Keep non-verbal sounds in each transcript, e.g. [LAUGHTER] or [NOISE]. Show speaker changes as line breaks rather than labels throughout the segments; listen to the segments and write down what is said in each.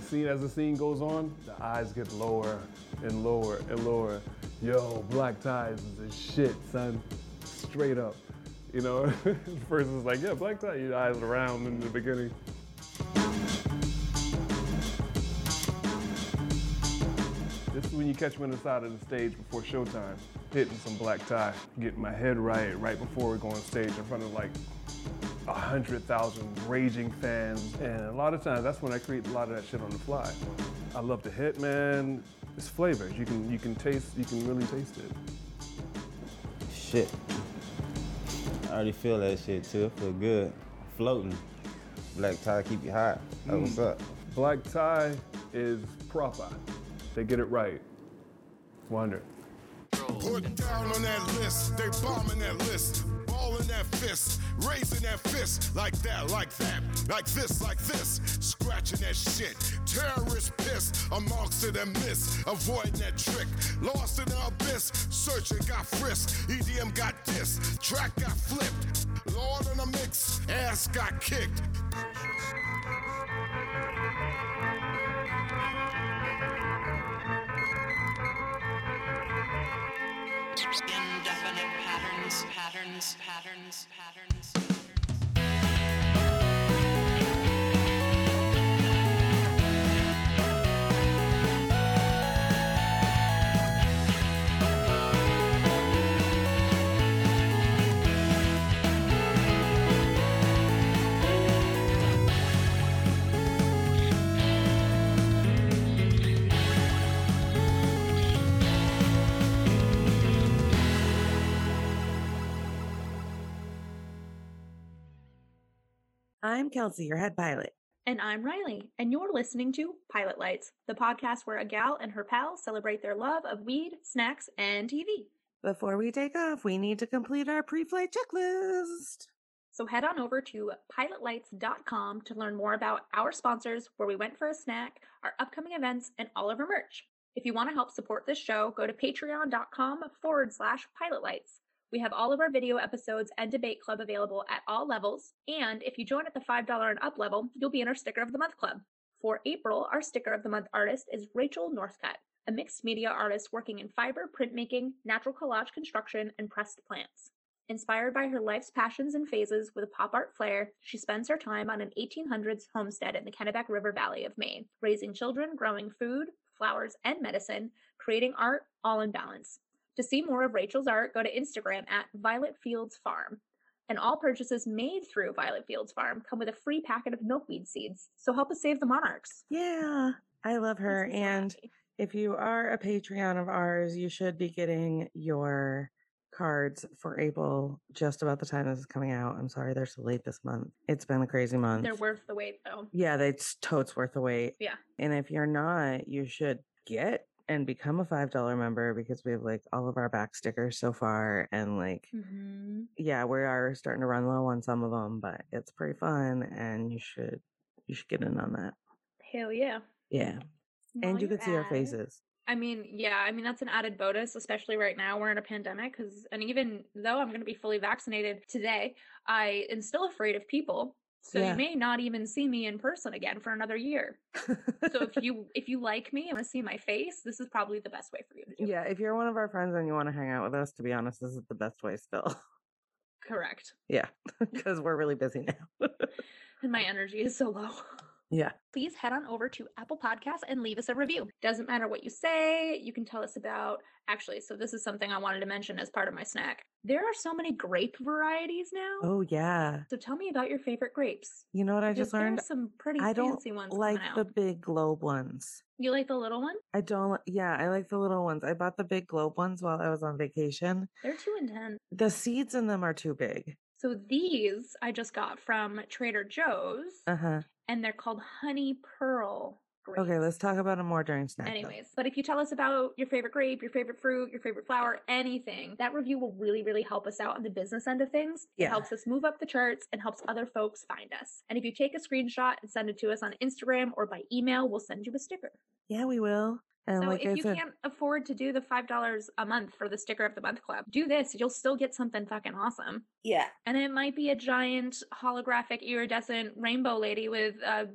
scene as the scene goes on, the eyes get lower and lower and lower. Yo, black ties is the shit, son. Straight up. You know, [LAUGHS] first it's like, yeah, black tie, your eyes round in the beginning. This is when you catch me on the side of the stage before showtime, hitting some black tie, getting my head right right before we go on stage in front of like a hundred thousand raging fans. And a lot of times that's when I create a lot of that shit on the fly. I love to hit, man. It's flavors. You can you can taste you can really taste it.
Shit. I already feel that shit too. I feel good. Floating. Black tie keep you hot. That's what's up.
Black tie is proper. They get it right. Wonder.
Put down on that list, they bombing that list, balling that fist, raising that fist, like that, like that, like this, like this, scratching that shit. Terrorist piss, amongst it and miss, avoiding that trick, lost in the abyss, searching got frisked, EDM got dissed, track got flipped, Lord in the mix, ass got kicked.
Indefinite patterns, patterns, patterns, patterns, patterns.
I'm Kelsey, your head pilot.
And I'm Riley, and you're listening to Pilot Lights, the podcast where a gal and her pal celebrate their love of weed, snacks, and TV.
Before we take off, we need to complete our pre flight checklist.
So head on over to pilotlights.com to learn more about our sponsors, where we went for a snack, our upcoming events, and all of our merch. If you want to help support this show, go to patreon.com forward slash pilotlights. We have all of our video episodes and debate club available at all levels. And if you join at the $5 and up level, you'll be in our Sticker of the Month club. For April, our Sticker of the Month artist is Rachel Northcutt, a mixed media artist working in fiber, printmaking, natural collage construction, and pressed plants. Inspired by her life's passions and phases with a pop art flair, she spends her time on an 1800s homestead in the Kennebec River Valley of Maine, raising children, growing food, flowers, and medicine, creating art, all in balance. To see more of Rachel's art, go to Instagram at Violet Fields Farm. And all purchases made through Violet Fields Farm come with a free packet of milkweed seeds. So help us save the monarchs.
Yeah, I love her.
This is
And
Riley.
if you are a Patreon of ours, you should be getting your cards for April just about the time this is coming out. I'm sorry they're so late this month. It's been a crazy month.
they're worth the wait, though.
yeah, they it's totes worth the wait.
Yeah.
And if you're not, you should get and become a $5 member because we have like all of our back stickers so far and like
Mm-hmm.
yeah, we are starting to run low on some of them, but it's pretty fun, and you should you should get in on that.
Hell yeah.
Yeah, and you
can
can see our faces.
I mean, yeah, I mean, that's an added bonus, especially right now. We're in a pandemic because, and even though I'm going to be fully vaccinated today, I am still afraid of people. So
Yeah. [LAUGHS]
you may not even see me in person again for another year. So if you if you like me and want to see my face, this is probably the best way for you to do. it.
yeah, if you're one of our friends and you want to hang out with us, to be honest, this is the best way still. [LAUGHS]
Correct.
yeah, because we're really busy now.
And my energy is so low. [LAUGHS]
yeah,
Please head on over to Apple Podcasts and leave us a review. Doesn't matter what you say, you can tell us about. Actually, so this is something I wanted to mention as part of my snack. There are so many grape varieties now.
oh yeah.
So tell me about your favorite grapes.
You know what I
Because
just learned?
There's some pretty
I don't
fancy ones
Like
coming out.
the big globe ones.
you like the little one?
I don't. Yeah, I like the little ones. I bought the big globe ones while I was on vacation.
They're too intense.
The seeds in them are too big.
So these I just got from Trader Joe's,
Uh huh.
and they're called Honey Pearl grapes.
Okay, let's talk about them more during snack. though.
Anyways, but if you tell us about your favorite grape, your favorite fruit, your favorite flower, anything, that review will really, really help us out on the business end of things.
Yeah.
It helps us move up the charts and helps other folks find us. And if you take a screenshot and send it to us on Instagram or by email, we'll send you a sticker.
Yeah, we will. And
so
like
if
I
you
said,
can't afford to do the five dollars a month for the sticker of the month club, do this. You'll still get something fucking awesome.
yeah,
And it might be a giant holographic iridescent rainbow lady with a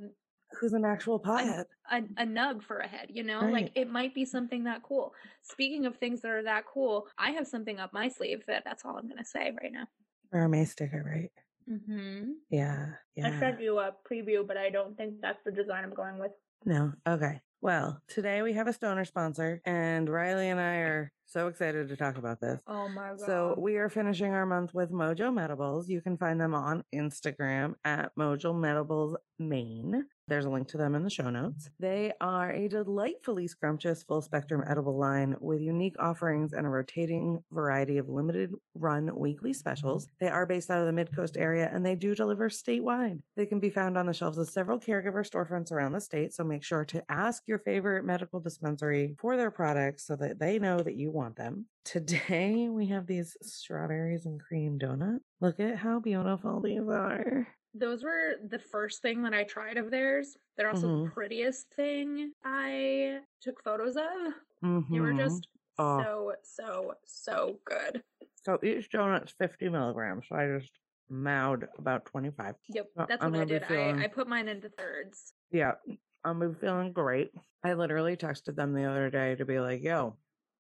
who's an actual pothead.
a, a nug for a head, you know?
Right.
Like it might be something that cool. Speaking of things that are that cool, I have something up my sleeve that that's all I'm going to say right now.
Or a May sticker, right?
Mm-hmm.
Yeah. Yeah.
I sent you a preview, but I don't think that's the design I'm going with.
No. Okay. Well, today we have a stoner sponsor, and Riley and I are so excited to talk about this.
Oh my god.
So we are finishing our month with Mojo Medibles. You can find them on Instagram at Mojo Medibles Maine. There's a link to them in the show notes. They are a delightfully scrumptious full spectrum edible line with unique offerings and a rotating variety of limited run weekly
Mm-hmm.
specials. They are based out of the Mid Coast area and they do deliver statewide. They can be found on the shelves of several caregiver storefronts around the state, so make sure to ask your favorite medical dispensary for their products so that they know that you want them. Today we have these strawberries and cream donut. Look at how beautiful these are.
Those were the first thing that I tried of theirs. They're also the
Mhm.
prettiest thing I took photos of. They were
Mhm.
just
Oh.
so, so, so good.
so each donut's 50 milligrams. So I just mowed about 25.
Yep,
Well,
that's
I'm
what I
gonna be
did.
feeling-
I, I put mine into thirds.
Yeah, um, I'm been feeling great. I literally texted them the other day to be like, "Yo,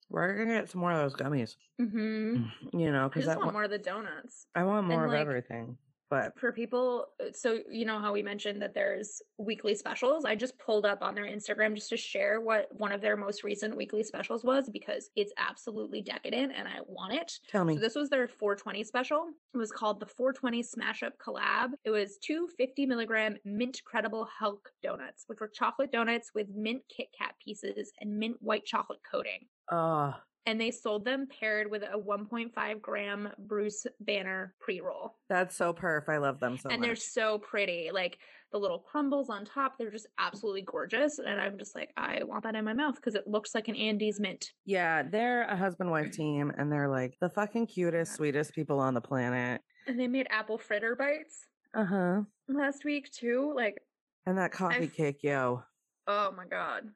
we're gonna get some more of those gummies," Mm,
Mm-hmm.
you know,
I
because
just
I,
want
wa-
more of the donuts.
I want
and,
more of
like-
everything. But
for people uh, so you know how we mentioned that there's weekly specials i just pulled up on their instagram just to share what one of their most recent weekly specials was because it's absolutely decadent and i want it
tell me,
so this was their 420 special. It was called the 420 Smash Up Collab. It was two 50 milligram mint credible Hulk donuts, which were chocolate donuts with mint Kit Kat pieces and mint white chocolate coating
oh,
and they sold them paired with a 1.5 gram Bruce Banner pre roll.
that's so perf. I love them so
and
much.
they're so pretty. Like the little crumbles on top, they're just absolutely gorgeous. And I'm just like, I want that in my mouth because it looks like an Andes mint.
yeah, they're a husband
[CLEARS THROAT]
wife team, and they're like the fucking cutest, sweetest people on the planet.
And they made apple fritter bites
Uh huh.
last week too. Like,
And that coffee
Uh-huh. I've-
cake, yo.
oh my God.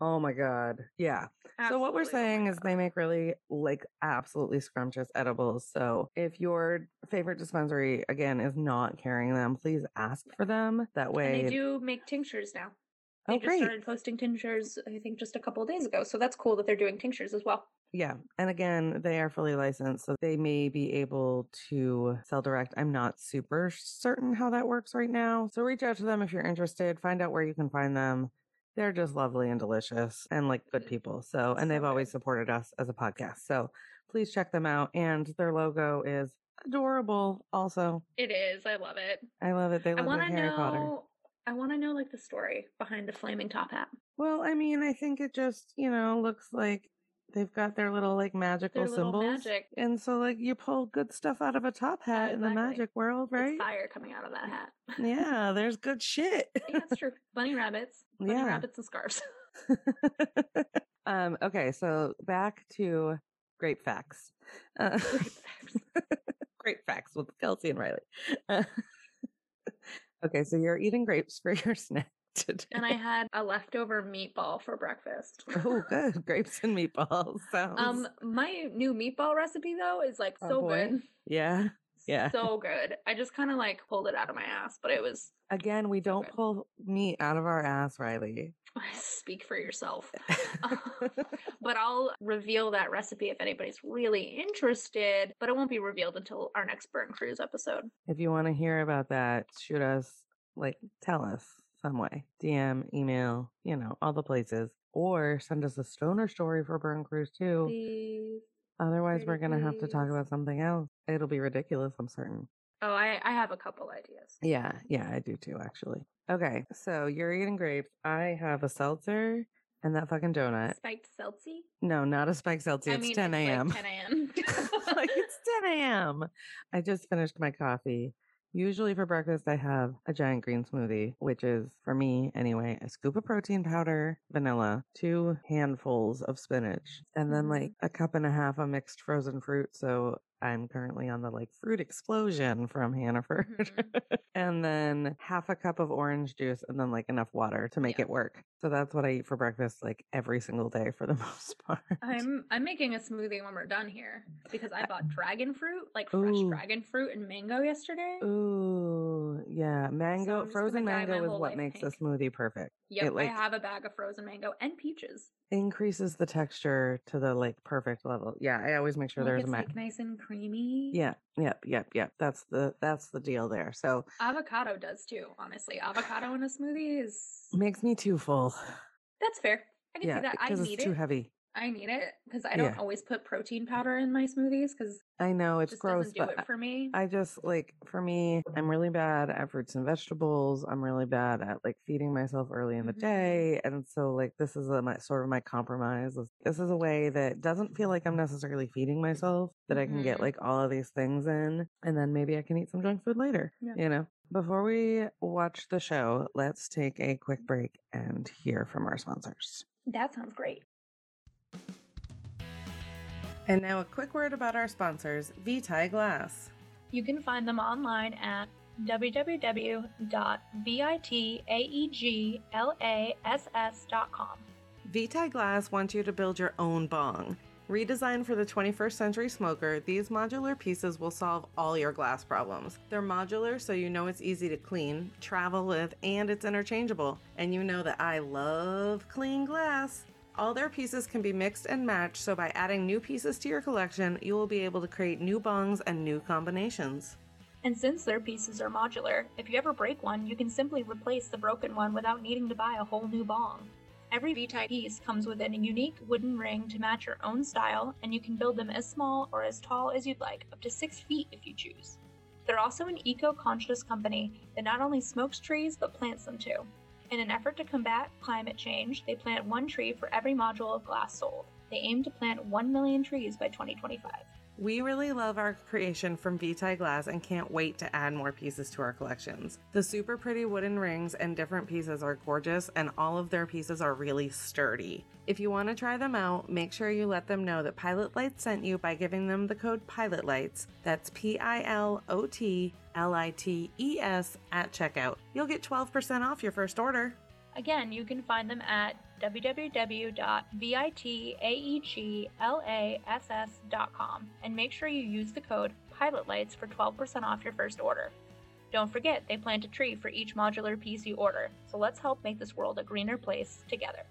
Oh my god. Yeah. So what we're
Absolutely, oh
saying
my
is
God.
they make really like absolutely scrumptious edibles. So if your favorite dispensary again is not carrying them, please ask for them. That way,
And they do make tinctures now. They
oh
just
great,
started posting tinctures, I think, just a couple of days ago. So that's cool that they're doing tinctures as well.
yeah. And again, they are fully licensed, so they may be able to sell direct. I'm not super certain how that works right now. So reach out to them if you're interested. Find out where you can find them. They're just lovely and delicious and like good people. So, and they've
Mm-hmm. So
always
good.
supported us as a podcast. So please check them out. And their logo is adorable also.
It is. I love it.
I love it. They
I
love
want
their
to
Harry
know.
Potter.
I want to know like the story behind the flaming top hat.
Well, I mean, I think it just, you know, looks like they've got their little like magical
little
symbols.
magic.
And so like you pull good stuff out of a top hat in the
exactly.
magic world,
It's
right?
fire coming out of that hat.
Yeah, there's good
[LAUGHS]
shit.
yeah, that's true. Bunny rabbits. Bunny
Yeah.
rabbits and scarves.
[LAUGHS]
[LAUGHS]
um okay, so back to grape facts.
[LAUGHS]
[LAUGHS] Uh,
Great facts.
grape facts with Kelsey and Riley. Uh, [LAUGHS] okay, so you're eating grapes for your [LAUGHS] snack today.
and I had a leftover meatball for breakfast.
[LAUGHS] Oh, good. Grapes and meatballs. Sounds.
Um, my new meatball recipe though is like
Oh,
so
boy.
good,
yeah. Yeah.
so good. I just kind of like pulled it out of my ass, but it was
Again, we don't
good.
pull meat out of our ass,
[LAUGHS]
Riley. [LAUGHS]
speak for yourself. [LAUGHS] but I'll reveal that recipe if anybody's really interested, but it won't be revealed until our next Burn Cruise episode.
if you want to hear about that, shoot us, like, tell us some way. DM, email, you know, all the places. Or send us a stoner story for Burn Cruise, too.
Please.
Otherwise, we're going to have to talk
please.
about something else. It'll be ridiculous, I'm certain.
Oh, I, I have a couple ideas.
Yeah, yeah, I do too, actually. Okay, so you're eating grapes. I have a seltzer and that fucking donut.
Spiked seltzy?
No, not a spike seltzer.
I
it's
mean,
10
like
a.m.
10 [LAUGHS] a.m.
like [LAUGHS] it's 10 a.m. I just finished my coffee. Usually for breakfast, I have a giant green smoothie, which is for me anyway, a scoop of protein powder, vanilla, two handfuls of spinach, and then
Mhm.
like a cup and a half of mixed frozen fruit. So I'm currently on the like fruit explosion from
Mm-hmm.
Hannaford. [LAUGHS] and then half a cup of orange juice and then like enough water to make
Yeah.
it work. So that's what I eat for breakfast like every single day for the [LAUGHS] most part.
I'm I'm making a smoothie when we're done here because I bought dragon fruit, like fresh
Uh, Ooh.
dragon fruit and mango yesterday.
Ooh, yeah. Mango,
I'm just gonna
frozen
dye
mango
my
is
whole
what
life
makes
pink.
a smoothie perfect.
Yep,
it, like-
I have a bag of frozen mango and peaches.
Increases the texture to the like perfect level. Yeah, I always make sure
Like,
there's
it's
a ma-
like nice and creamy.
Yeah, yep, yep, yep. That's the that's the deal there. So
avocado does too. Honestly, avocado in a smoothie is
makes me too full.
that's fair. I can
Yeah,
see that. I
because
need
it's too
it.
heavy.
I need it because I don't
Yeah.
always put protein powder in my smoothies because
I know
it
it's
just
gross,
doesn't do
but
it for me.
I just like for me, I'm really bad at fruits and vegetables. I'm really bad at like feeding myself early in the
Mhm.
day, and so like this is a, my sort of my compromise. is- This is a way that doesn't feel like I'm necessarily feeding myself. That I can get
Mhm.
like all of these things in, and then maybe I can eat some junk food later.
Yeah.
You know. Before we watch the show, let's take a quick break and hear from our sponsors.
that sounds great.
And now a quick word about our sponsors, Vitae Glass.
You can find them online at E www.vitaeglass.com.
Vitae Glass wants you to build your own bong. Redesigned for the 21st century smoker, these modular pieces will solve all your glass problems. They're modular so you know it's easy to clean, travel with, and it's interchangeable. And you know that I love clean glass. All their pieces can be mixed and matched, so by adding new pieces to your collection, you will be able to create new bongs and new combinations.
And since their pieces are modular, if you ever break one, you can simply replace the broken one without needing to buy a whole new bong. Every V-type piece comes with a unique wooden ring to match your own style, and you can build them as small or as tall as you'd like, up to six feet if you choose. They're also an eco conscious company that not only smokes trees but plants them too. In an effort to combat climate change, they plant one tree for every module of glass sold. They aim to plant 1 million trees by 2025.
We really love our creation from Vitae Glass and can't wait to add more pieces to our collections. The super pretty wooden rings and different pieces are gorgeous, and all of their pieces are really sturdy. If you want to try them out, make sure you let them know that Pilot Lights sent you by giving them the code Pilot Lights. That's P I L O T L I T E S at checkout. You'll get 12% off your first order.
Again, you can find them at E www.vitaeglass.com and make sure you use the code PILOTLIGHTS for 12% off your first order. Don't forget, they plant a tree for each modular piece you order, so let's help make this world a greener place together.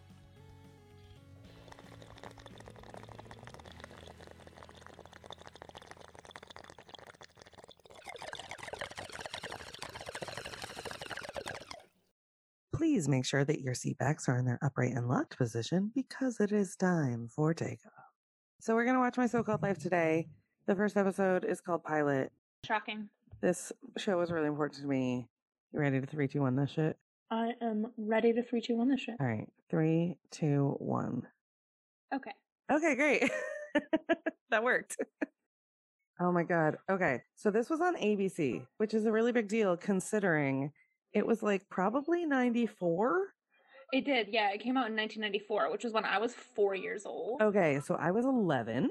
Please make sure that your seatbacks are in their upright and locked position because it is time for takeoff. So we're going to watch My So-Called Life today. The first episode is called Pilot.
Shocking.
This show was really important to me. You ready to three, two, one this shit?
I am ready to 3 2 1 this shit.
All right. Three, two, one.
Okay.
Okay, great. [LAUGHS] that worked. Oh my God. Okay. So this was on ABC, which is a really big deal considering it was like probably 94.
It did, yeah. It came out in 1994, which was when I was four years old.
Okay, so I was 11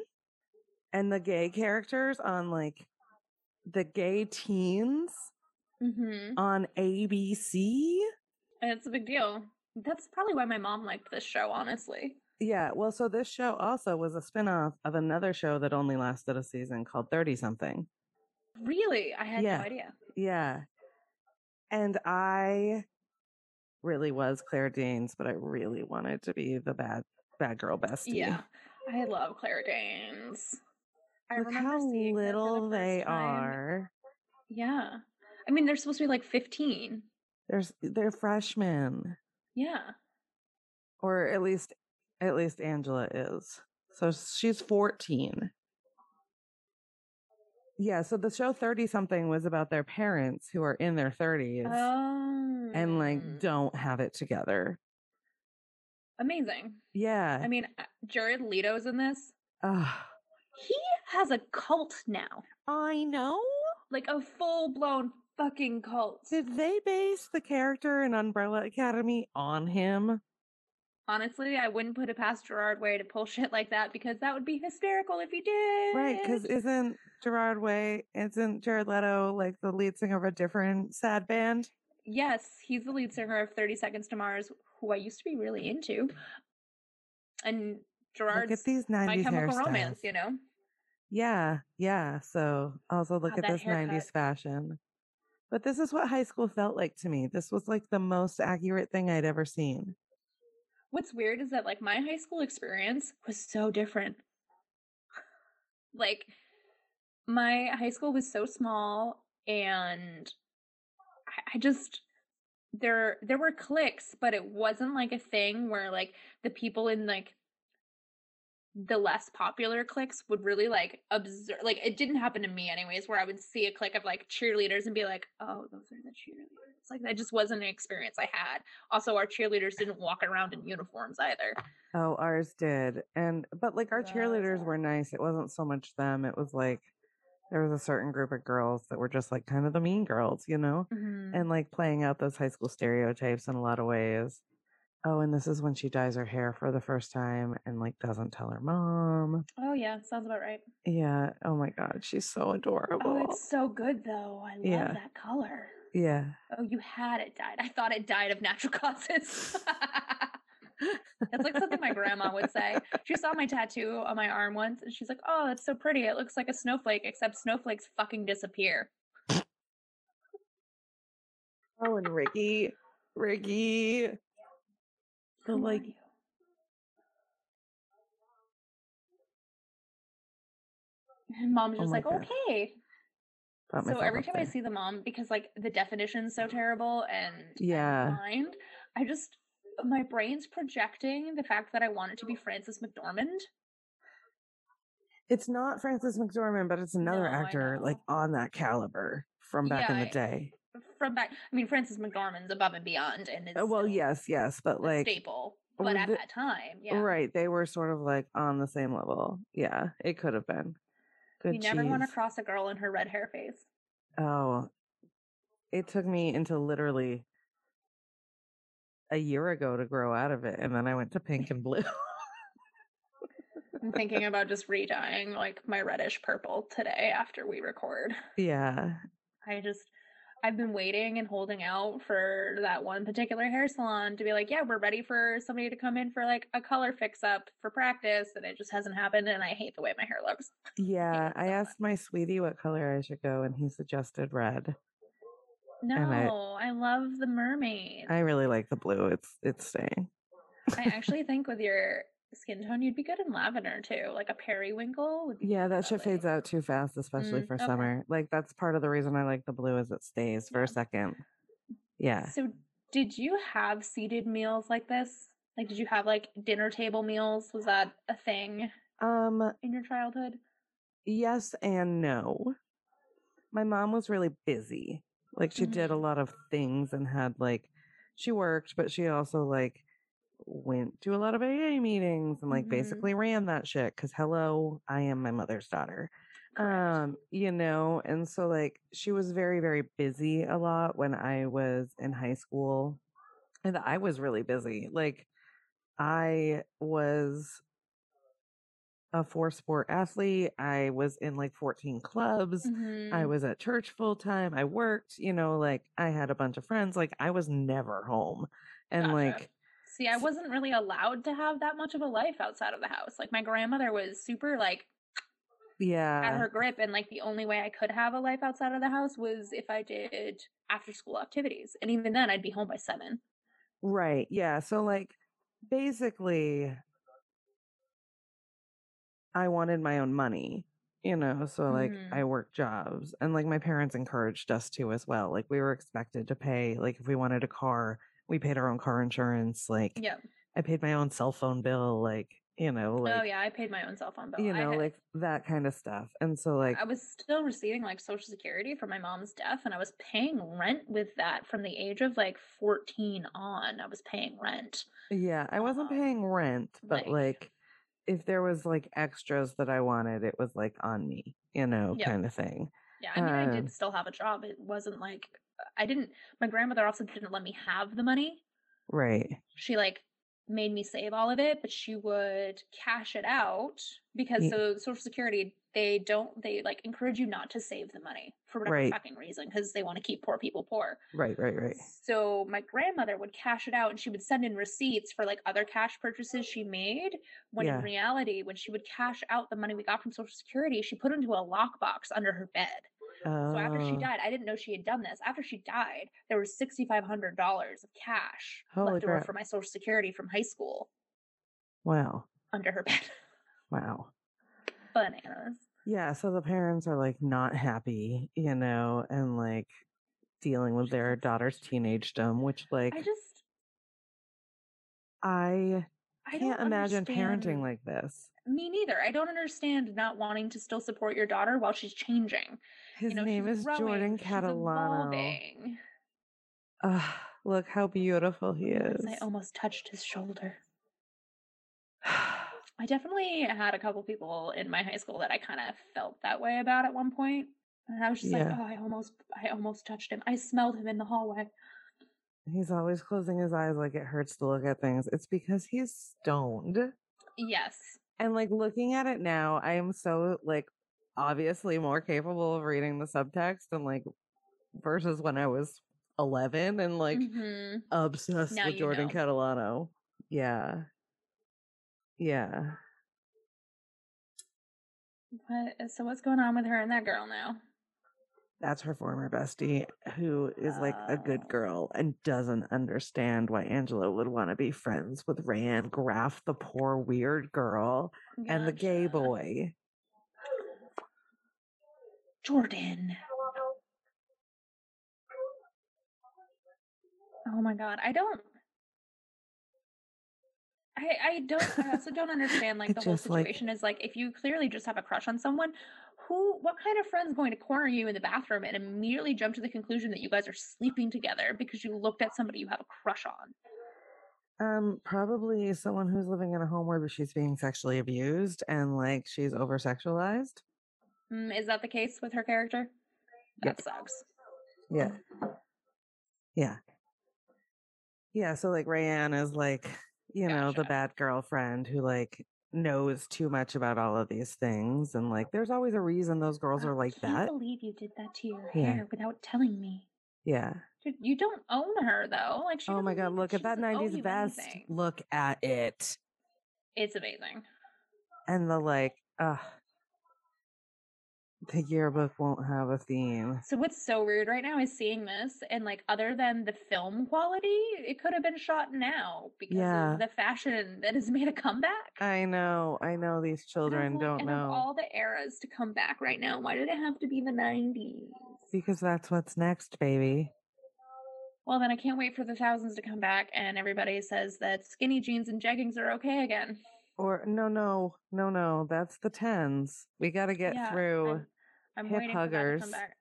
and the gay characters on like the gay teens
Mm-hmm.
on ABC.
And it's a big deal. That's probably why my mom liked this show, honestly.
Yeah, well, so this show also was a spin-off of another show that only lasted a season called 30 something.
Really? I had
Yeah.
no idea.
Yeah. And I really was Claire Danes, but I really wanted to be the bad bad girl bestie.
Yeah. I love Claire Danes. I
Look
remember
how
seeing her for the
little they
first time.
are.
Yeah. I mean, they're supposed to be like 15.
They're s- they're freshmen.
Yeah.
or at least at least Angela is. So she's 14. Yeah, so the show 30 something was about their parents who are in their 30s
Oh.
and like don't have it together.
amazing.
Yeah.
I mean, uh, Jared Leto's in this.
Ugh.
He has a cult now,
I know.
like a full blown fucking cult.
Did they base the character in Umbrella Academy on him?
Honestly, I wouldn't put it past Gerard Way to pull [LAUGHS] shit like that because that would be hysterical if he did.
Right, because isn't Gerard Way, isn't Jared Leto like the lead singer of a different sad band?
yes, he's the lead singer of 30 Seconds to Mars, who I used to be really into. And
Look at
Gerard's
these 90s
My Chemical
hairstyles.
Romance, you know?
Yeah, yeah. So also look
God,
at
that
this
haircut.
90s fashion. But this is what high school felt like to me. This was like the most accurate thing I'd ever seen.
What's weird is that, like, my high school experience was so different. Like, my high school was so small, and I- I just. There, there were cliques, but it wasn't like a thing where like the people in like the less popular cliques would really like observe like it didn't happen to me anyways where i would see a clique of like cheerleaders and be like oh those are the cheerleaders like that just wasn't an experience i had also our cheerleaders didn't walk around in uniforms either
Oh, ours did. And but like our
Those
cheerleaders
are-
were nice. It wasn't so much them. It was like there was a certain group of girls that were just like kind of the mean girls, you know? And like playing out those high school stereotypes in a lot of ways. Oh, and this is when she dyes her hair for the first time and like doesn't tell her mom.
oh yeah sounds about right
Yeah. Oh my God. She's so adorable.
oh it's so good though i love
Yeah.
that color
Yeah.
oh you had it died i thought it died of natural [LAUGHS] causes That's like something my grandma would say. She saw my tattoo on my arm once and she's like, Oh, it's so pretty. It looks like a snowflake, except snowflakes fucking disappear.
Oh, and Ricky. Ricky. So
Come on,
like
you. And mom's
Oh
just
my
like,
God.
Okay.
put
So
myself
every
up
time I
there.
see the mom, because like the definition's so terrible and
Yeah.
blind, I just my brain's projecting the fact that I want it to be Frances McDormand.
[LAUGHS] It's not Francis McDormand, but it's another
No, I
actor like
know.
on that caliber from back in
Yeah,
the day.
From back, I mean, Frances McDormand's above and beyond, and it's
Uh, well,
still
yes, yes, but
a
like,
staple.
with
But at
the-
that time, yeah,
right, they were sort of like on the same level. Yeah, it could have been. Good
you never want to
cheese.
cross a girl in her red hair phase.
Oh, it took me until literally a year ago to grow out of it, and then I went to pink and blue. [LAUGHS]
I'm thinking about just redying like my reddish purple today after we record.
yeah,
I just I've been waiting and holding out for that one particular hair salon to be like, yeah, we're ready for somebody to come in for like a color fix up for practice, and it just hasn't happened. And I hate the way my hair looks.
yeah.
it
I
so much.
asked my sweetie what color I should go, and he suggested red. I-
No, I, love the mermaid.
I really like the blue. It's it's staying.
I actually think with your skin tone, you'd be good in lavender too, like a periwinkle. Would be
Yeah, that shit
lovely.
fades out too fast, especially
Mm,
for
okay.
summer. Like that's part of the reason I like the blue is it stays for
Yeah.
a second. Yeah.
So, did you have seated meals like this? Like, did you have like dinner table meals? Was that a thing
Um
in your childhood?
yes and no. My mom was really busy. Like she did a
Mhm.
lot of things and had like she worked, but she also like went to a lot of AA meetings and like
Mhm.
basically ran that shit cuz hello, I am my mother's daughter.
Correct.
um you know and so like she was very very busy a lot when i was in high school and i was really busy like i was a four sport athlete i was in like 14 clubs i
Mhm.
was at church full time i worked you know like i had a bunch of friends like i was never home and
Gotcha.
like
See, I wasn't really allowed to have that much of a life outside of the house. Like my grandmother was super like at
yeah
her grip and like the only way I could have a life outside of the house was if I did after school activities. And even then I'd be home by 7.
Right. Yeah. So, like, basically, I wanted my own money, you know? So, like,
Mhm.
I worked jobs and, like, my parents encouraged us to as well. Like, we were expected to pay, like, if we wanted a car, we paid our own car insurance. Like,
Yep.
I paid my own cell phone bill, like, you know, like,
oh yeah, I paid my own cell phone bill.
you
I
know,
had-
like that kind of stuff. And so, like,
I was still receiving like social security for my mom's death and I was paying rent with that from the age of like 14 on. I was paying rent.
Yeah, I wasn't
Um,
paying rent, but
like-
like if there was like extras that I wanted, it was like on me, you know,
Yeah.
kind of thing.
Yeah, I mean, I
Um,
did still have a job. It wasn't like I didn't. My grandmother also didn't let me have the money.
Right.
She like
made me save all of it, but she would cash it out because
Yeah.
so Social Security they don't they like encourage you not to save the money for whatever
Right.
fucking reason because they want to keep poor people poor.
Right, right, right.
So my grandmother would cash it out and she would send in receipts for like other cash purchases she made. When
Yeah.
in reality, when she would cash out the money we got from Social Security, she put it into a lockbox under her bed. So after she
Oh,
died, I didn't know she had done this. After she died, there was sixty five hundred dollars of cash
Holy
left over
crap.
for my Social Security from high school
Wow.
under her [LAUGHS] bed.
Wow.
Bananas.
Yeah, so the parents are like not happy, you know, and like dealing with their daughter's teenagedom, which like
I just
I
I
can't
don't
imagine parenting
understand-
like this.
me neither. I don't understand not wanting to still support your daughter while she's changing.
His
you know,
name
she's
is
growing,
Jordan
she's
Catalano.
evolving.
Ugh, look how beautiful he
Yes,
is.
I
[SIGHS]
almost touched his shoulder. I definitely had a couple people in my high school that I kind of felt that way about at one point. And I was just like,
Yeah.
oh, I almost, I almost touched him. I smelled him in the hallway.
He's always closing his eyes like it hurts to look at things. It's because he's stoned.
Yes,
And like looking at it now, I am so like obviously more capable of reading the subtext and like versus when I was 11 and like
Mhm.
obsessed
Now
with
you
Jordan
know.
Catalano. Yeah. Yeah.
What, so what's going on with her and that girl now?
That's her former bestie who is like a good
Oh.
girl and doesn't understand why Angela would want to be friends with Rand Graff, the poor weird girl, and the gay
Gotcha.
boy.
Jordan. Oh my god, I don't. I I don't. I also don't understand
I [LAUGHS]
like the whole
just, like-
situation is like if you clearly just have a crush on someone, who what kind of friend's going to corner you in the bathroom and immediately jump to the conclusion that you guys are sleeping together because you looked at somebody you have a crush on?
Um, probably someone who's living in a home where she's being sexually abused and like she's over sexualized.
Mm, is that the case with her character?
Yep.
That sucks.
Yeah. Yeah. Yeah. So like Rayanne is like, you know, the
Gotcha.
bad girlfriend who like knows too much about all of these things. And like there's always a reason those girls
I
are like
can't
that.
Believe you did that to your
Yeah.
hair without telling me.
Yeah.
Dude, you don't own her though. Like she
Oh my
doesn't
god,
need-
look
she
at that
doesn't owe
nineties
you
vest.
anything.
Look at it.
It's amazing.
And the like, uh the yearbook won't have a theme.
So what's so weird right now is seeing this and like other than the film quality, it could have been shot now because
Yeah.
of the fashion that has made a comeback.
I know, I know these
And I was
children
like,
don't
and
know.
Of all the eras to come back right now, why did it have to be the nineties?
Because that's what's next, baby.
Well then I can't wait for the thousands to come back and everybody says that skinny jeans and jeggings are okay again.
Or no, no, no, no. That's the tens. We got to get
Yeah,
through.
I'm, I'm
hip
waiting for that to
huggers.
come back.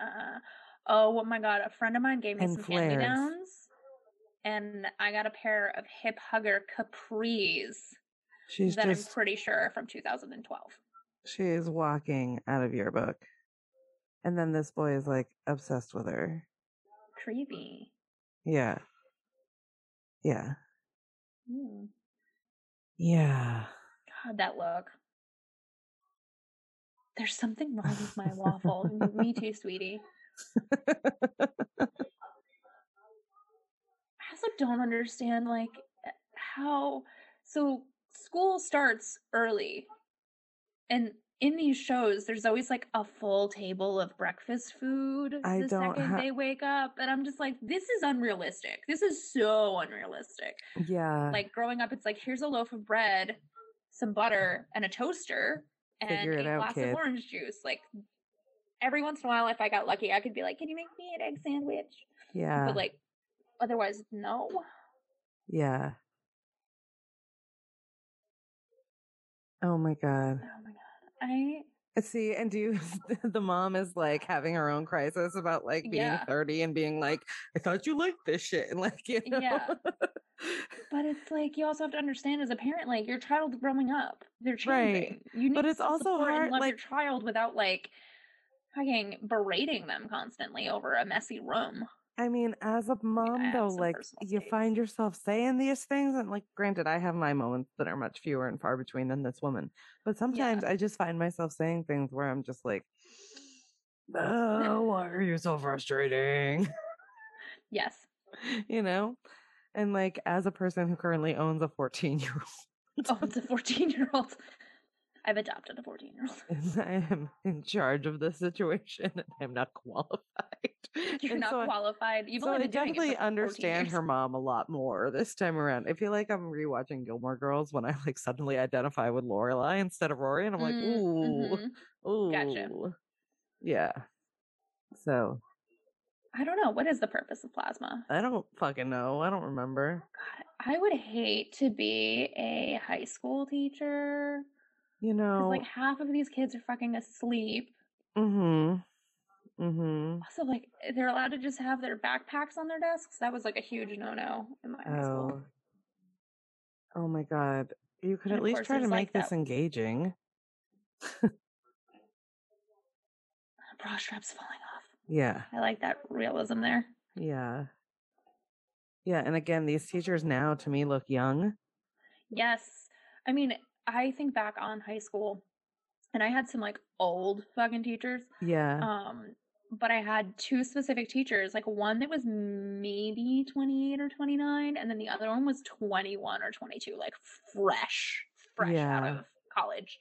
Uh, oh, oh my god! A friend of mine gave me
And
some
flares.
hand me downs, and I got a pair of hip hugger capris
she's
that
just
I'm pretty sure are from 2012.
she is walking out of your book, and then this boy is like obsessed with her.
Creepy.
Yeah, yeah,
Mm.
yeah.
God, that look. There's something wrong with my waffle. M- me too, sweetie. I also don't understand like eh, how so school starts early and in these shows there's always like a full table of breakfast food
I
the
don't
second
ha-
they wake up and I'm just like this is unrealistic. This is so unrealistic.
[LAUGHS] yeah.
Like growing up it's like here's a loaf of bread, some butter and a toaster and
Figure
a
it out,
glass
kid.
of orange juice. Like every once in a while if I got lucky I could be like can you make me an egg sandwich?
yeah.
But like otherwise no.
yeah. Oh my god.
Oh my god. I
See, and do you, [LAUGHS] the mom is like having her own crisis about like being
Yeah.
30 and being like, I thought you liked this shit. And like, you know,
Yeah. but it's like you also have to understand as a parent, like your child's growing up. They're
Right.
changing. You need
But
to
it's
still
also
support and
hard,
love
like-
your child without like fucking berating them constantly over a messy room.
[LAUGHS] I mean, as a mom,
I have
though,
some
like
personal
you
takes.
find yourself saying these things, and like, granted, I have my moments that are much fewer and far between than this woman, but sometimes I just find myself saying things where I'm just like, "Oh, why are you so frustrating?" [LAUGHS]
Yes.
you know, and like as a person who currently owns a 14 year
Oh, it's a 14 year old. I've adopted a 14 year old.
old, and [LAUGHS] I am in charge of the situation, and I'm not qualified.
[LAUGHS] [LAUGHS] You're
And
not
so I-
qualified. You've
so
only
I
been doing it for
definitely
14
understand
years.
her mom a lot more this time around. I feel like I'm rewatching Gilmore Girls when I like suddenly identify with Lorelai instead of Rory, and I'm like,
Mm,
ooh,
mhm.
ooh,
Gotcha.
yeah. So
I don't know. What is the purpose of plasma?
I don't fucking know. I don't remember.
God, I would hate to be a high school teacher.
You
'cause,
know.
like half of these kids are fucking asleep.
mm-hmm. Mm-hmm.
Also, like eh, they're allowed to just have their backpacks on their desks. That was like a huge no no in my high
Oh.
school.
Oh my god. You could at
And of
least
course
try to
there's, like,
make this
that-
engaging. [LAUGHS]
Bra straps falling off.
Yeah.
I like that realism there.
Yeah. Yeah, and again, these teachers now to me look young.
Yes. I mean, I think back on high school and I had some like old fucking teachers.
Yeah.
Um, but I had two specific teachers, like one that was maybe 28 or 29, and then the other one was 21 or 22, like fresh, fresh out
Yeah.
of college.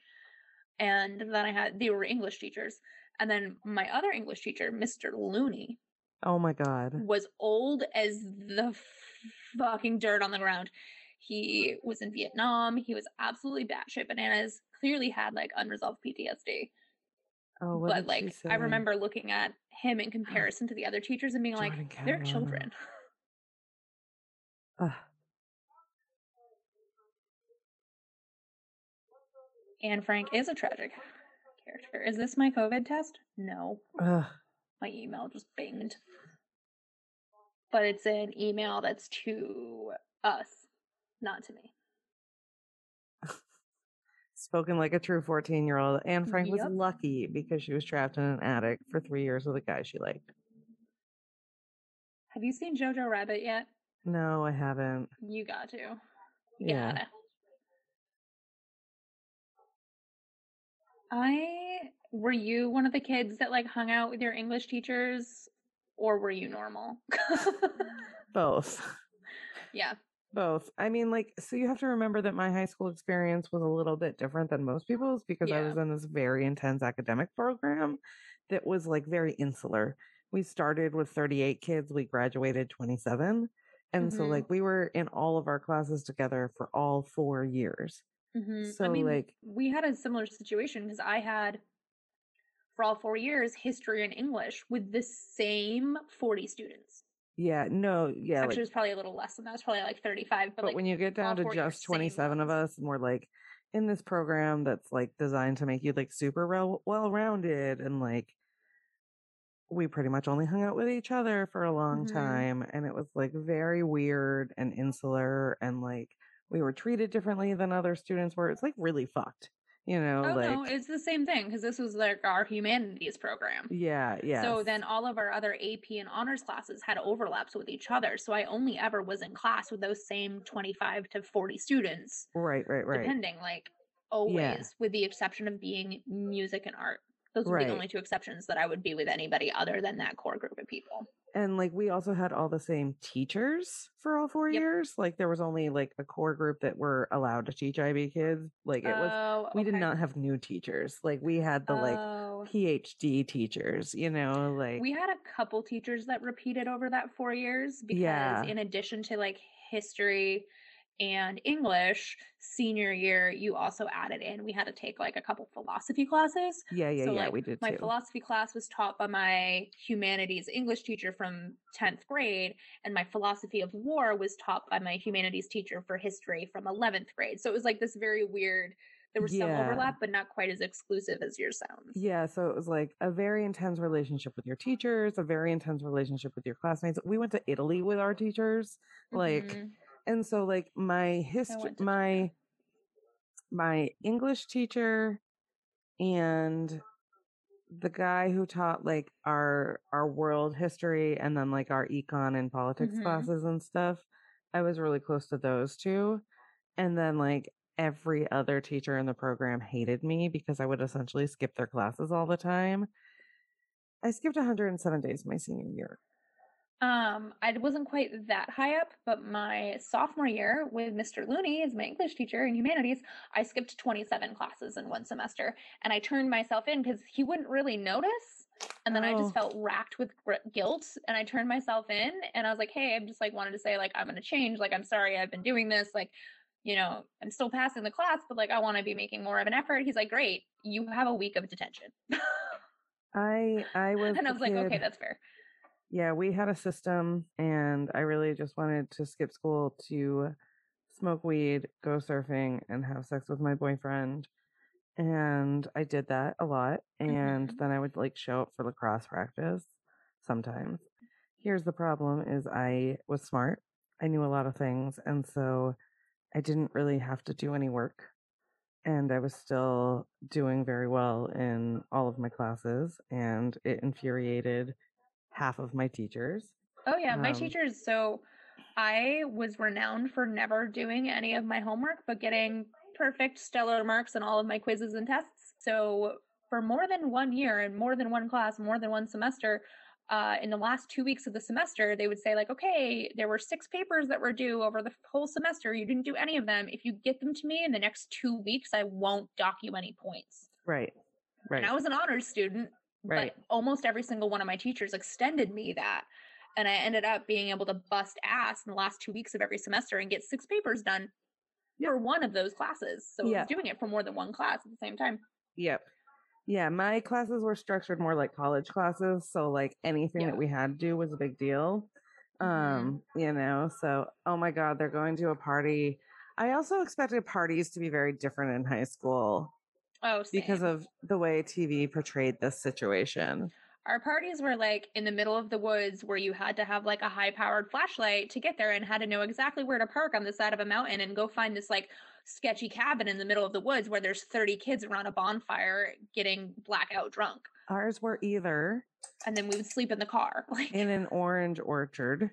And then I had, they were English teachers. And then my other English teacher, Mr. Looney,
oh my god.
was old as the fucking dirt on the ground. He was in Vietnam. He was absolutely batshit bananas. Clearly had like unresolved PTSD.
Oh, what
but
did she
like
say?
I remember looking at him in comparison to the other teachers and being like,
Jordan
they're
Catalano.
children.
Ugh.
Anne Frank is a tragic character. Is this my COVID test? No.
Ugh.
My email just binged. But it's an email that's to us, not to me.
Spoken like a true 14 year old. Anne Frank
Yep.
was lucky because she was trapped in an attic for three years with a guy she liked.
Have you seen Jojo Rabbit yet?
No, I haven't.
You got to. You
Yeah.
gotta. I were you one of the kids that like hung out with your English teachers or were you normal? [LAUGHS]
Both. [LAUGHS]
yeah.
Both. I mean, like, so you have to remember that my high school experience was a little bit different than most people's because I
Yeah.
was in this very intense academic program that was like very insular. We started with 38 kids, we graduated 27. And so,
Mhm.
like, we were in all of our classes together for all four years.
mm,
hmm I
So,
mean,
like-
we had a similar situation because I had for all four years history and English with the same 40 students.
Yeah, no, yeah.
Actually,
like-
it was probably a little less than that. It was probably like 35, but,
but
like
when you get down
all
to
four year
just
same
27 of
ones.
us and we're like in this program that's like designed to make you like super well well rounded and like we pretty much only hung out with each other for a long
Mhm.
time and it was like very weird and insular and like we were treated differently than other students were it's like really fucked you know
Oh
like
no, it's the same thing because this was like our humanities program.
yeah yeah
So then all of our other AP and honors classes had overlaps with each other. So I only ever was in class with those same 25 to 40 students,
right right right
depending, like always, with the exception of being music and art. Those were
Right.
the only two exceptions that I would be with anybody other than that core group of people.
and like we also had all the same teachers for all four
Yep.
years like there was only like a core group that were allowed to teach ib kids like it was
oh,
we did
okay.
not have new teachers like we had the like
Oh.
phd teachers you know like
We had a couple teachers that repeated over that four years because,
Yeah.
in addition to like history and English, senior year, you also added in, we had to take like a couple philosophy classes.
yeah yeah
so,
yeah
like,
we did
My
too
philosophy class was taught by my humanities English teacher from 10th grade, and my philosophy of war was taught by my humanities teacher for history from 11th grade. So it was like this very weird, there was
Yeah.
some overlap, but not quite as exclusive as yours sounds.
yeah so it was like a very intense relationship with your
Mm-hmm.
teachers a very intense relationship with your classmates we went to italy with our teachers like
Mhm.
and so like my history
went to China.
my my english teacher and the guy who taught like our our world history and then like our econ and politics
Mhm.
classes and stuff. I was really close to those two. And then like every other teacher in the program hated me because I would essentially skip their classes all the time. I skipped 107 days my senior year.
Um, I wasn't quite that high up, but my sophomore year with Mr. Looney as my English teacher in humanities, I skipped 27 classes in one semester and I turned myself in because he wouldn't really notice. And then I
Oh.
just felt racked with gr- guilt and I turned myself in and I was like, hey, I'm just like wanted to say, like, I'm going to change. Like, I'm sorry I've been doing this. Like, you know, I'm still passing the class, but like, I want to be making more of an effort. He's like, great, you have a week of detention.
I
[LAUGHS]
I was
and I
the
was like, okay,
kid-
that's fair.
yeah, we had a system, and I really just wanted to skip school to smoke weed, go surfing, and have sex with my boyfriend. And I did that a lot. And
Mhm.
then I would like show up for lacrosse practice sometimes. Here's the problem is I was smart. I knew a lot of things. And so I didn't really have to do any work. And I was still doing very well in all of my classes. And it infuriated half of my teachers.
Oh yeah, my
Um,
teachers. So I was renowned for never doing any of my homework, but getting perfect stellar marks in all of my quizzes and tests. So for more than one year and more than one class, more than one semester, uh, in the last two weeks of the semester, they would say like, "Okay, there were six papers that were due over the whole semester. You didn't do any of them. If you get them to me in the next two weeks, I won't dock you any points."
Right. Right.
And I was an honors student,
right.
but almost every single one of my teachers extended me that and i ended up being able to bust ass in the last two weeks of every semester and get six papers done
Yep.
for one of those classes so i
Yeah.
was doing it for more than one class at the same time
Yep. Yeah, my classes were structured more like college classes, so like anything
Yeah.
that we had to do was a big deal.
Mhm.
Um, you know, so oh my god, they're going to a party. I also expected parties to be very different in high school
oh
because
same.
of the way TV portrayed this situation.
our parties were like in the middle of the woods where you had to have like a high powered flashlight to get there and had to know exactly where to park on the side of a mountain and go find this like sketchy cabin in the middle of the woods where there's 30 kids around a bonfire getting blackout drunk
Ours were either
and then we would sleep in the car [LAUGHS] like
in an orange orchard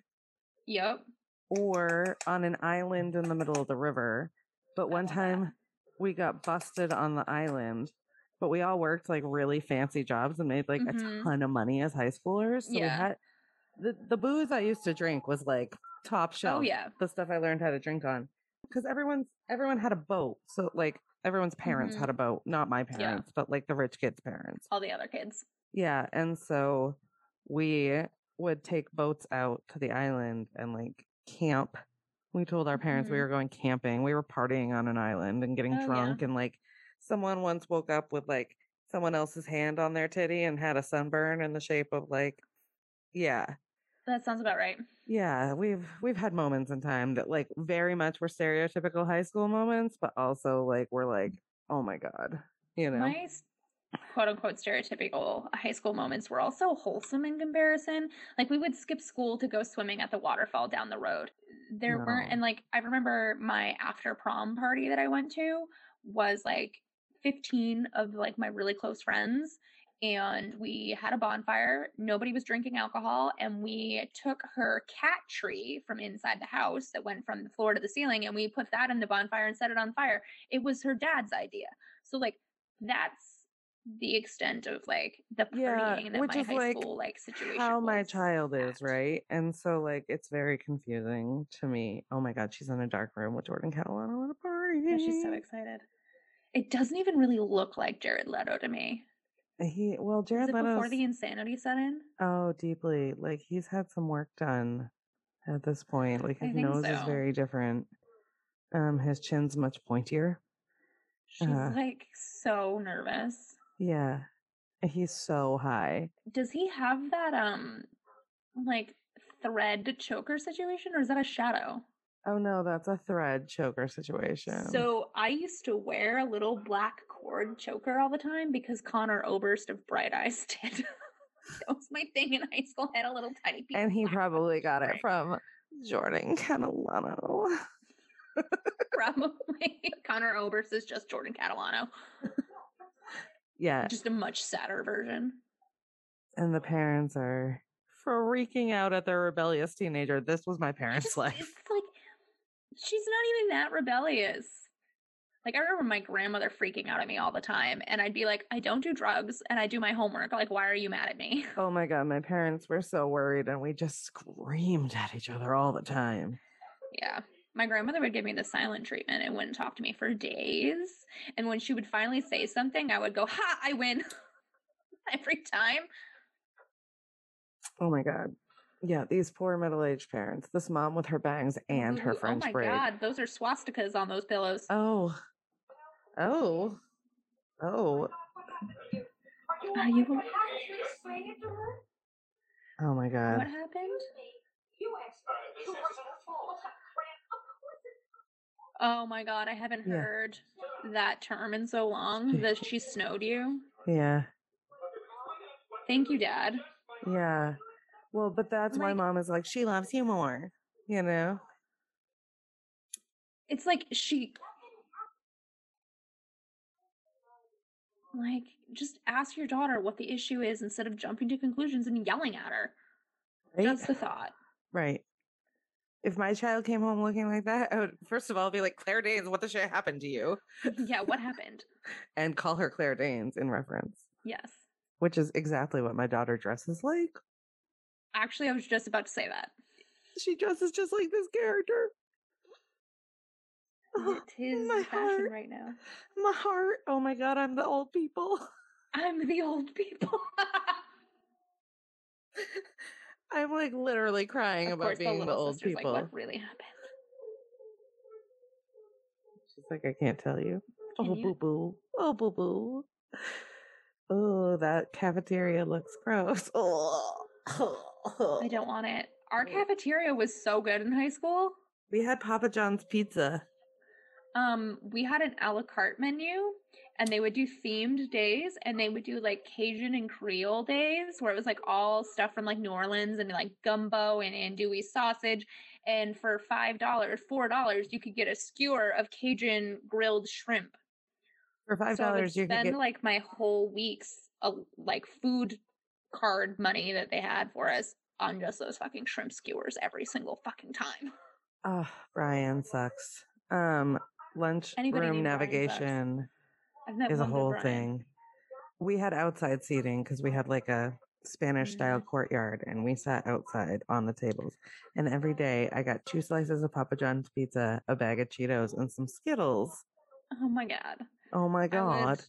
yep
or on an island in the middle of the river. But
[LAUGHS]
one
love that.
time we got busted on the island, but we all worked like really fancy jobs and made like
Mhm.
a ton of money as high schoolers. So we
Yeah.
had the, the booze I used to drink was like top shelf.
oh yeah
The stuff I learned how to drink on. Because everyone's everyone had a boat. So like everyone's parents
Mhm.
had a boat. Not my parents, but like the rich kids' parents.
all the other kids.
Yeah, and so we would take boats out to the island and like camp. We told our parents
Mhm.
we were going camping. We were partying on an island and getting
Oh, yeah.
drunk and like someone once woke up with like someone else's hand on their titty and had a sunburn in the shape of like yeah.
That sounds about right.
Yeah, we've we've had moments in time that like very much were stereotypical high school moments, but also like we're like, "Oh my god." You know.
My s- quote unquote stereotypical high school moments were also wholesome in comparison. Like we would skip school to go swimming at the waterfall down the road. There weren't,
No.
and like I remember my after prom party that I went to was like 15 of like my really close friends. And we had a bonfire. Nobody was drinking alcohol. And we took her cat tree from inside the house that went from the floor to the ceiling and we put that in the bonfire and set it on fire. It was her dad's idea. So, like, that's the extent of like the
Yeah,
partying that
which
my
is,
high
like,
school like situation
how my
was
child
at.
is, right? And so like it's very confusing to me. Oh my god, she's in a dark room with Jordan Catalano at a party.
Yeah, she's so excited. It doesn't even really look like Jared Leto to me.
He well,
Is
Jared
it before
Leto's
the insanity set in?
oh deeply like he's had some work done at this point. Like
I
his
think
nose is
so.
very different. Um, his chin's much pointier.
She's
Uh.
like so nervous.
Yeah, And he's so high.
Does he have that um like thread choker situation or is that a shadow?
Oh no, that's a thread choker situation.
So I used to wear a little black cord choker all the time because Connor Oberst of Bright Eyes [LAUGHS] did. that was my thing in high school. I had a little tiny piece. [LAUGHS]
and he
of black
probably got it
Right. [LAUGHS]
from Jordan Catalano.
Probably Connor Oberst is just Jordan Catalano.
Yeah.
Just a much sadder version.
and the parents are freaking out at their rebellious teenager. This was my
I
parents' [LAUGHS]
just-
life.
It's like she's not even that rebellious. Like I remember my grandmother freaking out at me all the time, and I'd be like, "I don't do drugs, and I do my homework. Like, why are you mad at me?"
Oh my god, my parents were so worried and we just screamed at each other all the time.
Yeah. My grandmother would give me the silent treatment and wouldn't talk to me for days. And when she would finally say something, I would go, Ha, I win [LAUGHS] every time.
Oh my god. Yeah, these poor middle-aged parents. This mom with her bangs and her
Ooh,
French
Oh my
braid.
God, those are swastikas on those pillows.
Oh. Oh. Oh.
Are you okay?
Oh my
What
god.
happened? Oh my God, I haven't
Yeah.
heard that term in so long. That she snowed you.
Yeah.
Thank you, Dad.
Yeah. Well, but that's why
Like-
mom is like, she loves you more. You know?
It's like she. Like, just ask your daughter what the issue is instead of jumping to conclusions and yelling at her.
Right?
That's
[LAUGHS]
the thought.
Right. If my child came home looking like that, I would first of all be like, Claire Danes, what the shit happened to you?
Yeah, what happened?
And call her Claire Danes in reference,
Yes.
which is exactly what my daughter dresses like.
Actually, I was just about to say that.
She dresses just like this character. [LAUGHS] Oh,
It is
my
the fashion
heart.
right now.
[SIGHS] my heart. Oh my God, I'm the old people. [LAUGHS]
I'm the old people. [LAUGHS]
I'm like literally crying
of
about
course, the
being the,
little
old
sister's
people.
like, what really happened?
She's like, I can't tell you.
Can
oh,
you-
boo boo. Oh, boo boo. [SIGHS] Oh, that cafeteria looks gross. [LAUGHS] Oh.
I don't want it. Our cafeteria was so good in high school.
We had Papa John's pizza.
Um, we had an a la carte menu, and they would do themed days, and they would do like Cajun and Creole days, where it was like all stuff from like New Orleans and like gumbo and andouille sausage. And for five dollars, four dollars, you could get a skewer of Cajun grilled shrimp.
For five
So I would
dollars, you could
spend
get
like my whole week's uh, like food card money that they had for us on just those fucking shrimp skewers every single fucking time.
Oh, Brian sucks. Um, lunch
Anybody
room
named Brian sucks.
navigation
I've met
is a
one good
whole
Brian.
thing. We had outside seating because we had like a Spanish
Mm-hmm.
style courtyard and we sat outside on the tables. And every day I got two slices of Papa John's pizza, a bag of Cheetos, and some Skittles.
Oh my god.
Oh my
I would-
God.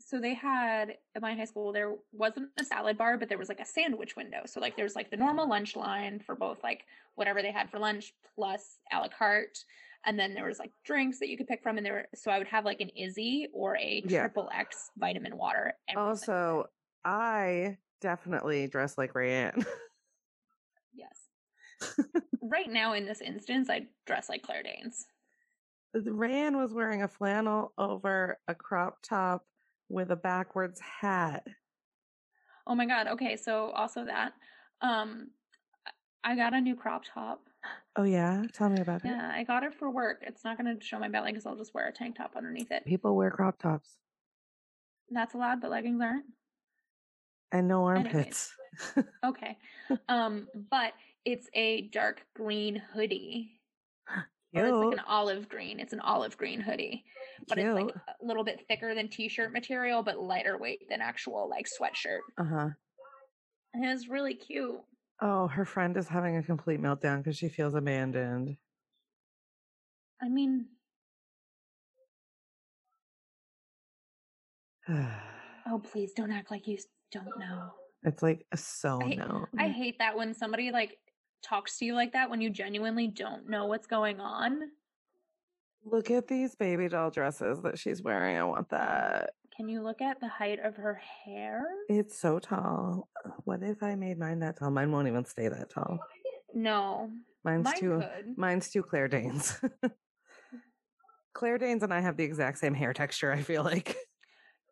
so they had at my high school there wasn't a salad bar, but there was like a sandwich window. So like there was like the normal lunch line for both like whatever they had for lunch plus a la carte. And then there was like drinks that you could pick from, and there. Were, so I would have like an Izzy or a
Yeah.
triple X vitamin water. every single day.
Also, I definitely dress like Rayanne.
Yes. right now, in this instance, I dress like Claire Danes.
Rayanne was wearing a flannel over a crop top with a backwards hat.
Oh my god. Okay, so also that. Um I I got a new crop top.
Oh yeah, tell me about it.
Yeah, I got it for work. It's not going to show my belly because I'll just wear a tank top underneath it.
People wear crop tops
That's allowed, but leggings aren't.
and no
Anyways.
armpits. [LAUGHS]
Okay. um, but it's a dark green hoodie. Or it's like
Cute.
an olive green. It's an olive green hoodie, but it's like
[LAUGHS] Cute.
a little bit thicker than t-shirt material, but lighter weight than actual like sweatshirt.
Uh huh.
And it's really cute.
Oh, her friend is having a complete meltdown because she feels abandoned. [SIGHS]
I mean, Oh, please don't act like you s- don't know.
it's like so
I-
no.
I hate that when somebody like talks to you like that when you genuinely don't know what's going on.
Look at these baby doll dresses that she's wearing. I want that.
Can you look at the height of her hair?
It's so tall. What if I made mine that tall? Mine won't even stay that tall.
No.
Mine's
Mine
too.
could.
Mine's too Claire Danes. [LAUGHS] Claire Danes and I have the exact same hair texture. I feel like.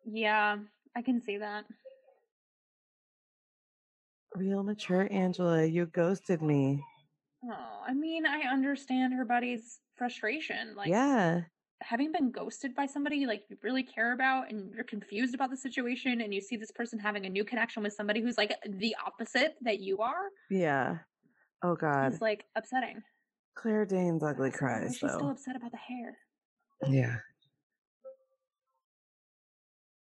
yeah, I can see that.
Real mature Angela, you ghosted me.
Oh, I mean, I understand her buddy's frustration. [LAUGHS] Like,
yeah.
having been ghosted by somebody like you really care about and you're confused about the situation and you see this person having a new connection with somebody who's like the opposite that you are
Yeah. Oh God.
is like upsetting.
Claire Danes ugly
Why is
cries
she still
though.
upset about the hair.
Yeah.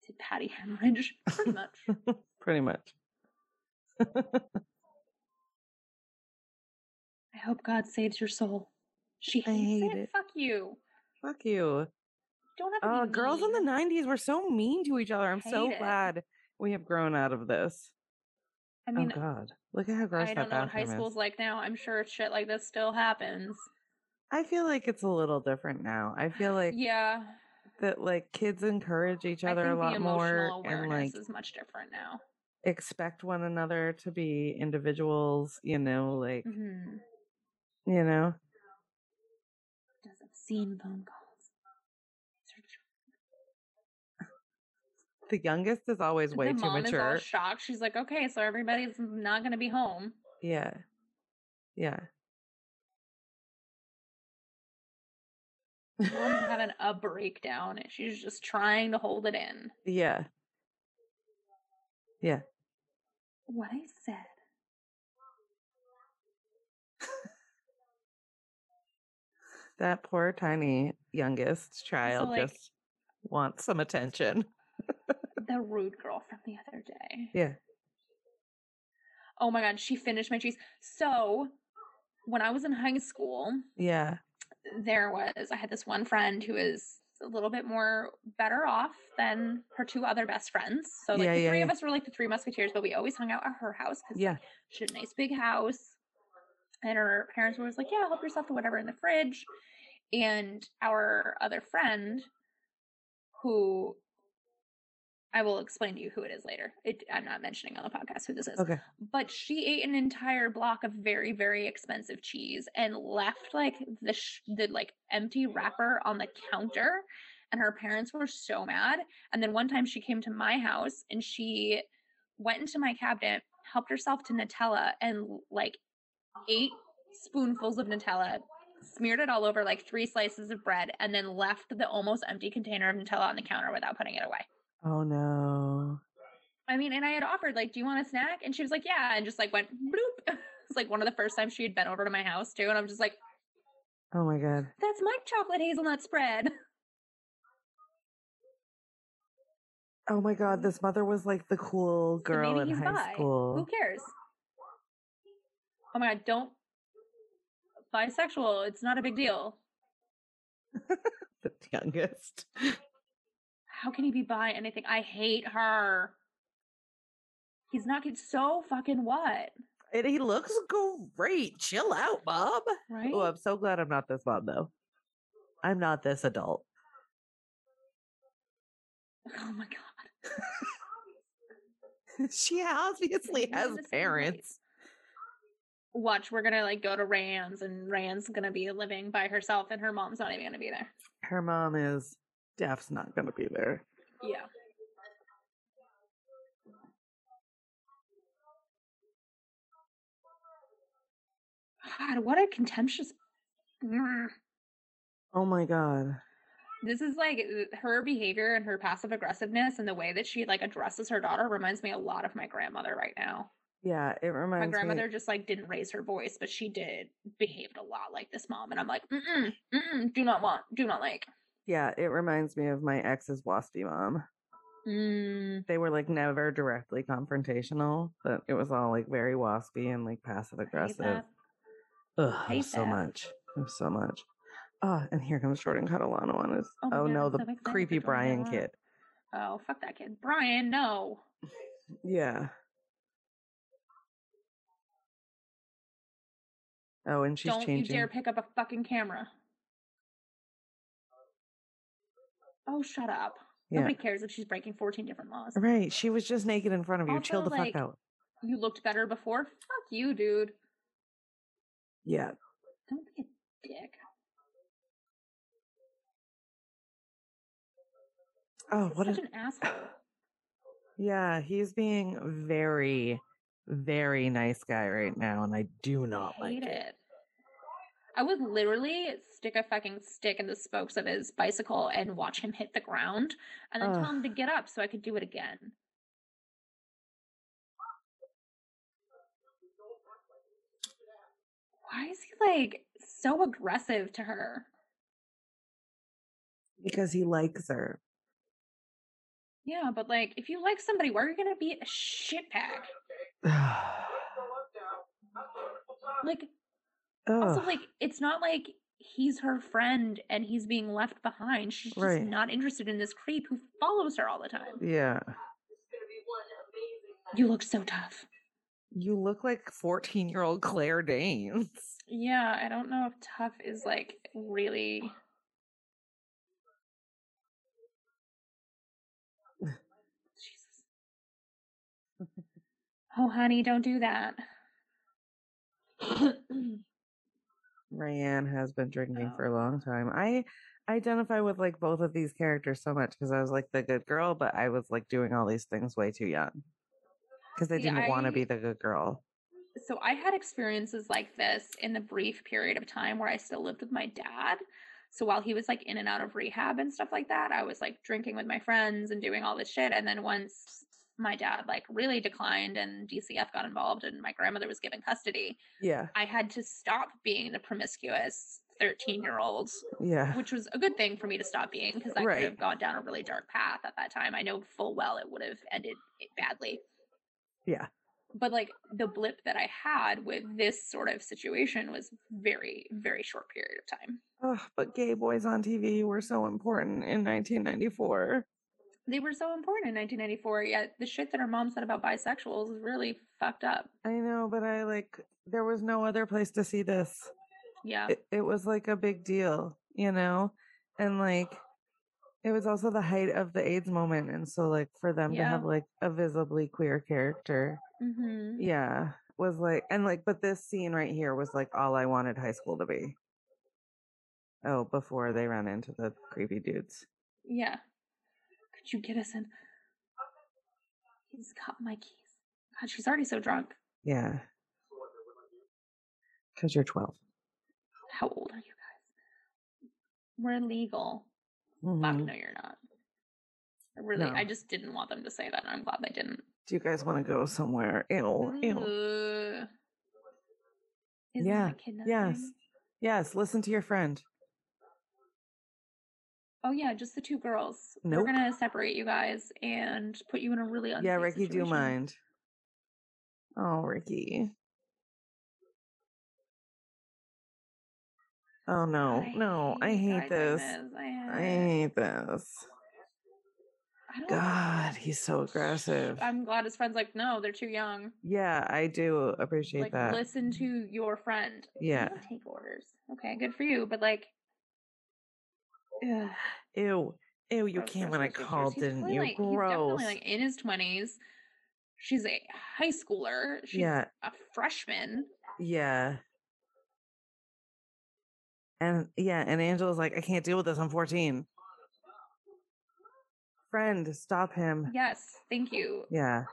Did Patty [LAUGHS] hemorrhage?
[LAUGHS]
Pretty much.
Pretty much.
I hope God saves your soul. She
I
hates
hate
it.
it.
Fuck you.
Fuck you.
Don't have to
Uh,
be
girls in
mean.
the 90s were so mean to each other. I'm so
Hate it.
glad we have grown out of this.
I mean,
oh God. Look at how gross that
I don't know what high
bathroom is.
school's like now. I'm sure shit like this still happens.
I feel like it's a little different now. I feel like
[LAUGHS] yeah,
that like kids encourage each other
I
a
think
lot
the
more
emotional
and
awareness
like
is much different now.
expect one another to be individuals, you know, like
Mm-hmm.
you know.
Does obscene phone calls. These are
The youngest is always way
the
too
mom is all
mature.
shocked. She's like, "Okay, so everybody's not going to be home."
yeah. Yeah.
Mom's having a breakdown, and she's just trying to hold it in.
[LAUGHS] yeah.
What I said.
That poor tiny youngest child
like-
just wants some
[LAUGHS]
attention.
The rude girl from the other day.
Yeah.
Oh my god, she finished my cheese. So, when I was in high school,
Yeah.
there was I had this one friend who is a little bit more better off than her two other best friends. So like
Yeah,
the
yeah,
three of
yeah.
us were like the three musketeers, but we always hung out at her house because
Yeah.
she had a nice big house. And her parents were always like, Yeah, help yourself to whatever in the fridge. And our other friend, who I will explain to you who it is later. It, I'm not mentioning on the podcast who this is
Okay.
but she ate an entire block of very very expensive cheese and left like the sh- the like empty wrapper on the counter and her parents were so mad and then one time she came to my house and she went into my cabinet helped herself to nutella and like eight spoonfuls of nutella smeared it all over like three slices of bread and then left the almost empty container of nutella on the counter without putting it away
Oh no.
I mean, and I had offered like, "Do you want a snack?" And she was like, "Yeah," and just like went bloop. [LAUGHS] It's like one of the first times she had been over to my house too, and I'm just like,
Oh my god.
"That's my chocolate hazelnut spread." [LAUGHS]
Oh my god. This mother was like the cool
So
girl in high
Who
school.
cares? Oh my god, don't bisexual. It's not a big deal.
[LAUGHS] The youngest.
How can he be bi anything? I hate her. He's not getting so fucking what,
And he looks great. Chill out, Bob.
right?
Oh, I'm so glad I'm not this mom though. I'm not this adult. [LAUGHS]
oh my god.
she obviously
You're
has
the same height.
parents.
Watch, we're gonna like go to Rand's, and Rand's gonna be living by herself, and her mom's not even gonna be there.
Her mom is Daph's not gonna be there.
Yeah. God, what a contemptuous. Mm.
Oh my god.
[SIGHS] This is like uh, her behavior and her passive aggressiveness and the way that she like addresses her daughter reminds me a lot of my grandmother right now.
Yeah, it reminds
my grandmother
me.
just like didn't raise her voice, but she did behaved a lot like this mom, and I'm like, mm mm, do not want, do not like.
Yeah, it reminds me of my ex's waspy mom.
Mm,
They were like never directly confrontational, but it was all like very waspy and like passive
I hate
aggressive.
that.
Ugh, it
hate
was so
that.
much. It was so much. Ah, and here comes Jordan Catalano on his.
Oh
Oh,
my God,
no,
I'm
the
so excited
creepy
for Jordan
Brian
Catalano.
kid.
Oh fuck that kid, Brian. No.
Yeah. Oh, and she's
Don't
changing.
you dare pick up a fucking camera. Oh, shut up.
yeah.
Nobody cares if she's breaking 14 different laws.
Right. She was just naked in front of you. Chill
Also,
the
like-
fuck out.
You looked better before. Fuck you, dude.
Yeah.
Don't be a dick.
Oh,
He's
what a
such an asshole.
Yeah, he's being very, very nice guy right now, and I do not like
Hate
it.
it. I would literally stick a fucking stick in the spokes of his bicycle and watch him hit the ground and then tell
Ugh.
him to get up so I could do it again. Why is he like so aggressive to her?
because he likes her. [SIGHS]
Yeah, but like if you like somebody, why are you gonna be a shitbag? Like Also,
Ugh.
like, it's not like he's her friend and he's being left behind. She's just
Right.
not interested in this creep who follows her all the time.
yeah.
You look so tough.
You look like 14 year old Claire Danes.
Yeah, I don't know if tough is like really.
[LAUGHS]
Jesus. Oh, honey, don't do [COUGHS] that. [CLEARS THROAT]
Rayanne has been drinking
Oh.
for a long time. I identify with like both of these characters so much because I was like the good girl, but I was like doing all these things way too young because I
See,
didn't want
I-
to be the good girl.
so I had experiences like this in the brief period of time where I still lived with my dad. So while he was like in and out of rehab and stuff like that, I was like drinking with my friends and doing all this shit. And then once my dad like really declined and DCF got involved and my grandmother was given custody,
Yeah,
I had to stop being the promiscuous 13 year old,
yeah,
which was a good thing for me to stop being because I
Right.
could have gone down a really dark path at that time. I know full well it would have ended badly
yeah.
but like the blip that I had with this sort of situation was very, very short period of time.
Ugh, but gay boys on TV were so important in 1994.
They were so important in 1994, yet the shit that her mom said about bisexuals is really fucked up.
I know, but I like there was no other place to see this.
Yeah.
it, it was like a big deal, you know? And like it was also the height of the AIDS moment. And so like for them to
Yeah.
have like a visibly queer character,
hmm
yeah, was like and like but this scene right here was like all I wanted high school to be. Oh, before they ran into the creepy dudes.
Yeah. Could you get us in? He's got my keys. God, she's already so drunk.
Yeah. Cause you're 12
How old are you guys? We're legal. Fuck,
Mhm.
no, you're not. I Really,
No.
I just didn't want them to say that, and I'm glad they didn't.
Do you guys want to go somewhere? Oh, Ew, ew.
Ugh. Isn't
Yeah,
that kidnapping?
Yes. Yes. Listen to your friend.
Oh yeah, just the two girls.
Nope.
We're gonna separate you guys and put you in a really unsafe
Yeah, Ricky,
situation.
do mind. Oh, Ricky. Oh no,
God,
no, I hate
guys like
this.
I,
I
hate it.
hate this.
I don't-
God, he's so aggressive.
I'm glad his friend's like, no, they're too young.
yeah, I do appreciate
like,
that.
listen to your friend. "I
Yeah.
don't take orders. Okay, good for you, but like, ugh,
Ew, ew, you
gross,
came
gross,
when I
gross, gross, gross.
called,
He's
didn't
definitely,
you?
Like, He's
Gross.
definitely like in his twenties. She's a high schooler. She's
Yeah.
a freshman.
yeah. And yeah, and Angela's like, I can't deal with this. I'm 14. Friend, stop him.
Yes, thank you.
yeah.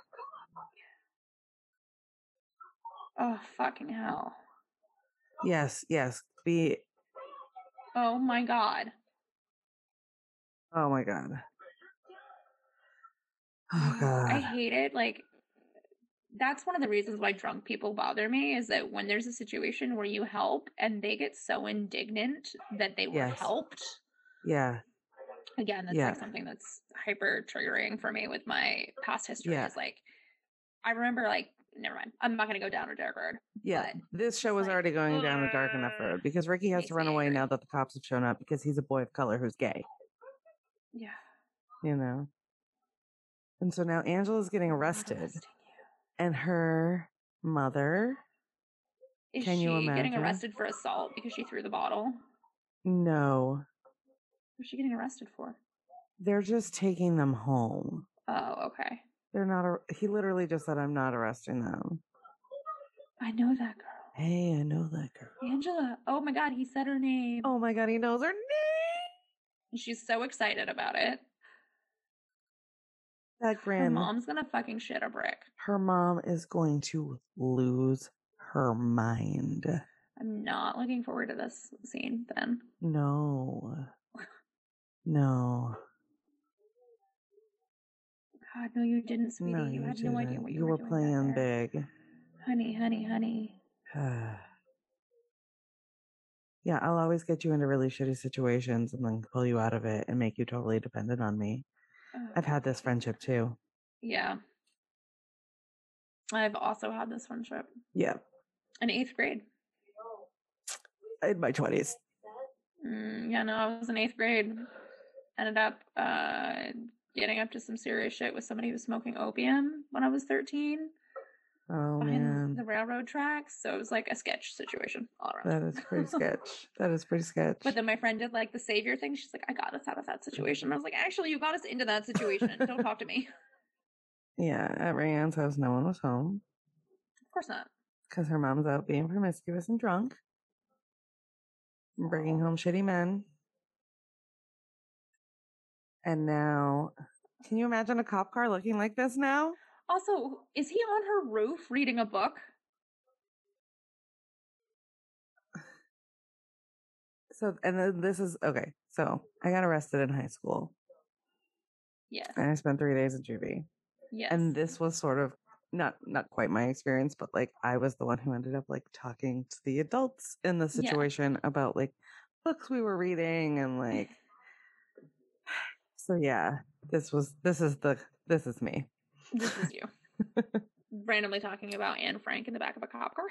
Oh fucking hell.
Yes, yes. Be
Oh my god.
oh my god. Oh
Mm, I
god.
hate it. Like that's one of the reasons why drunk people bother me is that when there's a situation where you help and they get so indignant that they were
Yes.
helped.
Yeah.
Again, that's
Yeah.
like something that's hyper triggering for me with my past history.
Yeah.
Is like I remember like never mind. I'm not gonna go down a dark road.
Yeah.
But
This show
it's
is
like,
already going down a dark enough
"Ugh."
road because Ricky has
Makes
to run
me
away now
angry.
that the cops have shown up because he's a boy of color who's gay,
Yeah.
you know. And so now Angela's getting
I'm not
arrested
arresting
and her mother
you. Is
Can
she
you
getting
imagine?
arrested for assault because she threw the bottle?
no,
What's she getting arrested for?
they're just taking them home.
Oh, okay.
They're not ar- he literally just said I'm not arresting them.
I know that girl.
Hey, I know that girl.
Angela. Oh my god, he said her name.
Oh my god, he knows her name.
And She's so excited about it.
That
Her
grin.
mom's gonna fucking shit a brick.
her mom is going to lose her mind.
I'm not looking forward to this scene then.
No. No.
God, no, you didn't, sweetie.
no,
you, had no idea
didn't.
what you,
You were
doing
playing
down there.
big.
Honey, honey, honey.
[SIGHS] yeah, I'll always get you into really shitty situations and then pull you out of it and make you totally dependent on me.
Oh,
I've had this friendship too.
Yeah. I've also had this friendship
Yeah,
in eighth grade.
in my 20s.
Mm, yeah, no, I was in eighth grade. Ended up uh, getting up to some serious shit with somebody who was smoking opium when I was 13
Oh,
behind
man.
the railroad tracks. So it was like a sketch situation all around.
That is
[LAUGHS]
pretty sketch. That is pretty sketch.
But then my friend did like the savior thing. She's like, I got us out of that situation. I was like, actually, you got us into that situation. Don't talk
[LAUGHS]
to me.
yeah, at Rayanne's house, no one was home
Of course not.
because her mom's out being promiscuous and drunk, and bringing home shitty men. And now, can you imagine a cop car looking like this now?
Also, is he on her roof reading a book?
so and then this is okay so i got arrested in high school
Yes.
and i spent three days in juvie
Yes.
and this was sort of not not quite my experience but like i was the one who ended up like talking to the adults in the
Yeah.
situation about like books we were reading and like so yeah this was this is the this is me
[LAUGHS] This is you.
[LAUGHS]
Randomly talking about Anne Frank in the back of a cop car.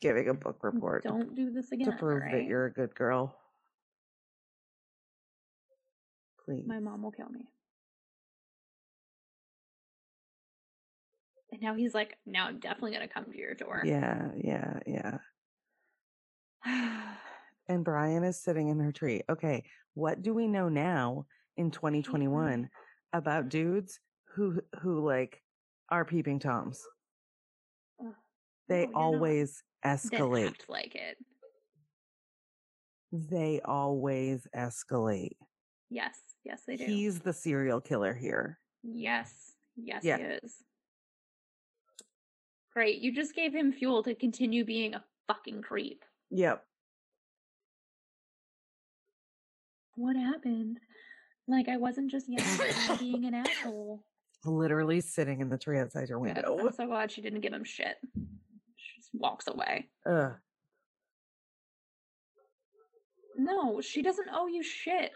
giving a book report
Mm, Don't do this again.
to prove that
alright?
you're a good girl please
My mom will kill me. And now he's like, now I'm definitely gonna come to your door. [SIGHS]
Yeah, yeah, yeah. And Brian is sitting in her tree. Okay, what do we know now in
Mm-hmm.
2021 about dudes who who like are peeping toms?
Ugh.
They
No, you're not.
always
Then
escalate.
act like it.
They always escalate.
Yes, yes they do.
He's the serial killer here.
Yes, yes
Yeah.
he is. Great, you just gave him fuel to continue being a fucking creep.
Yep.
What happened? Like I wasn't just yelling at him being an asshole.
Literally sitting in the tree outside your
Good.
window.
I'm so glad she didn't give him shit. She just walks away.
Ugh.
No, she doesn't owe you shit.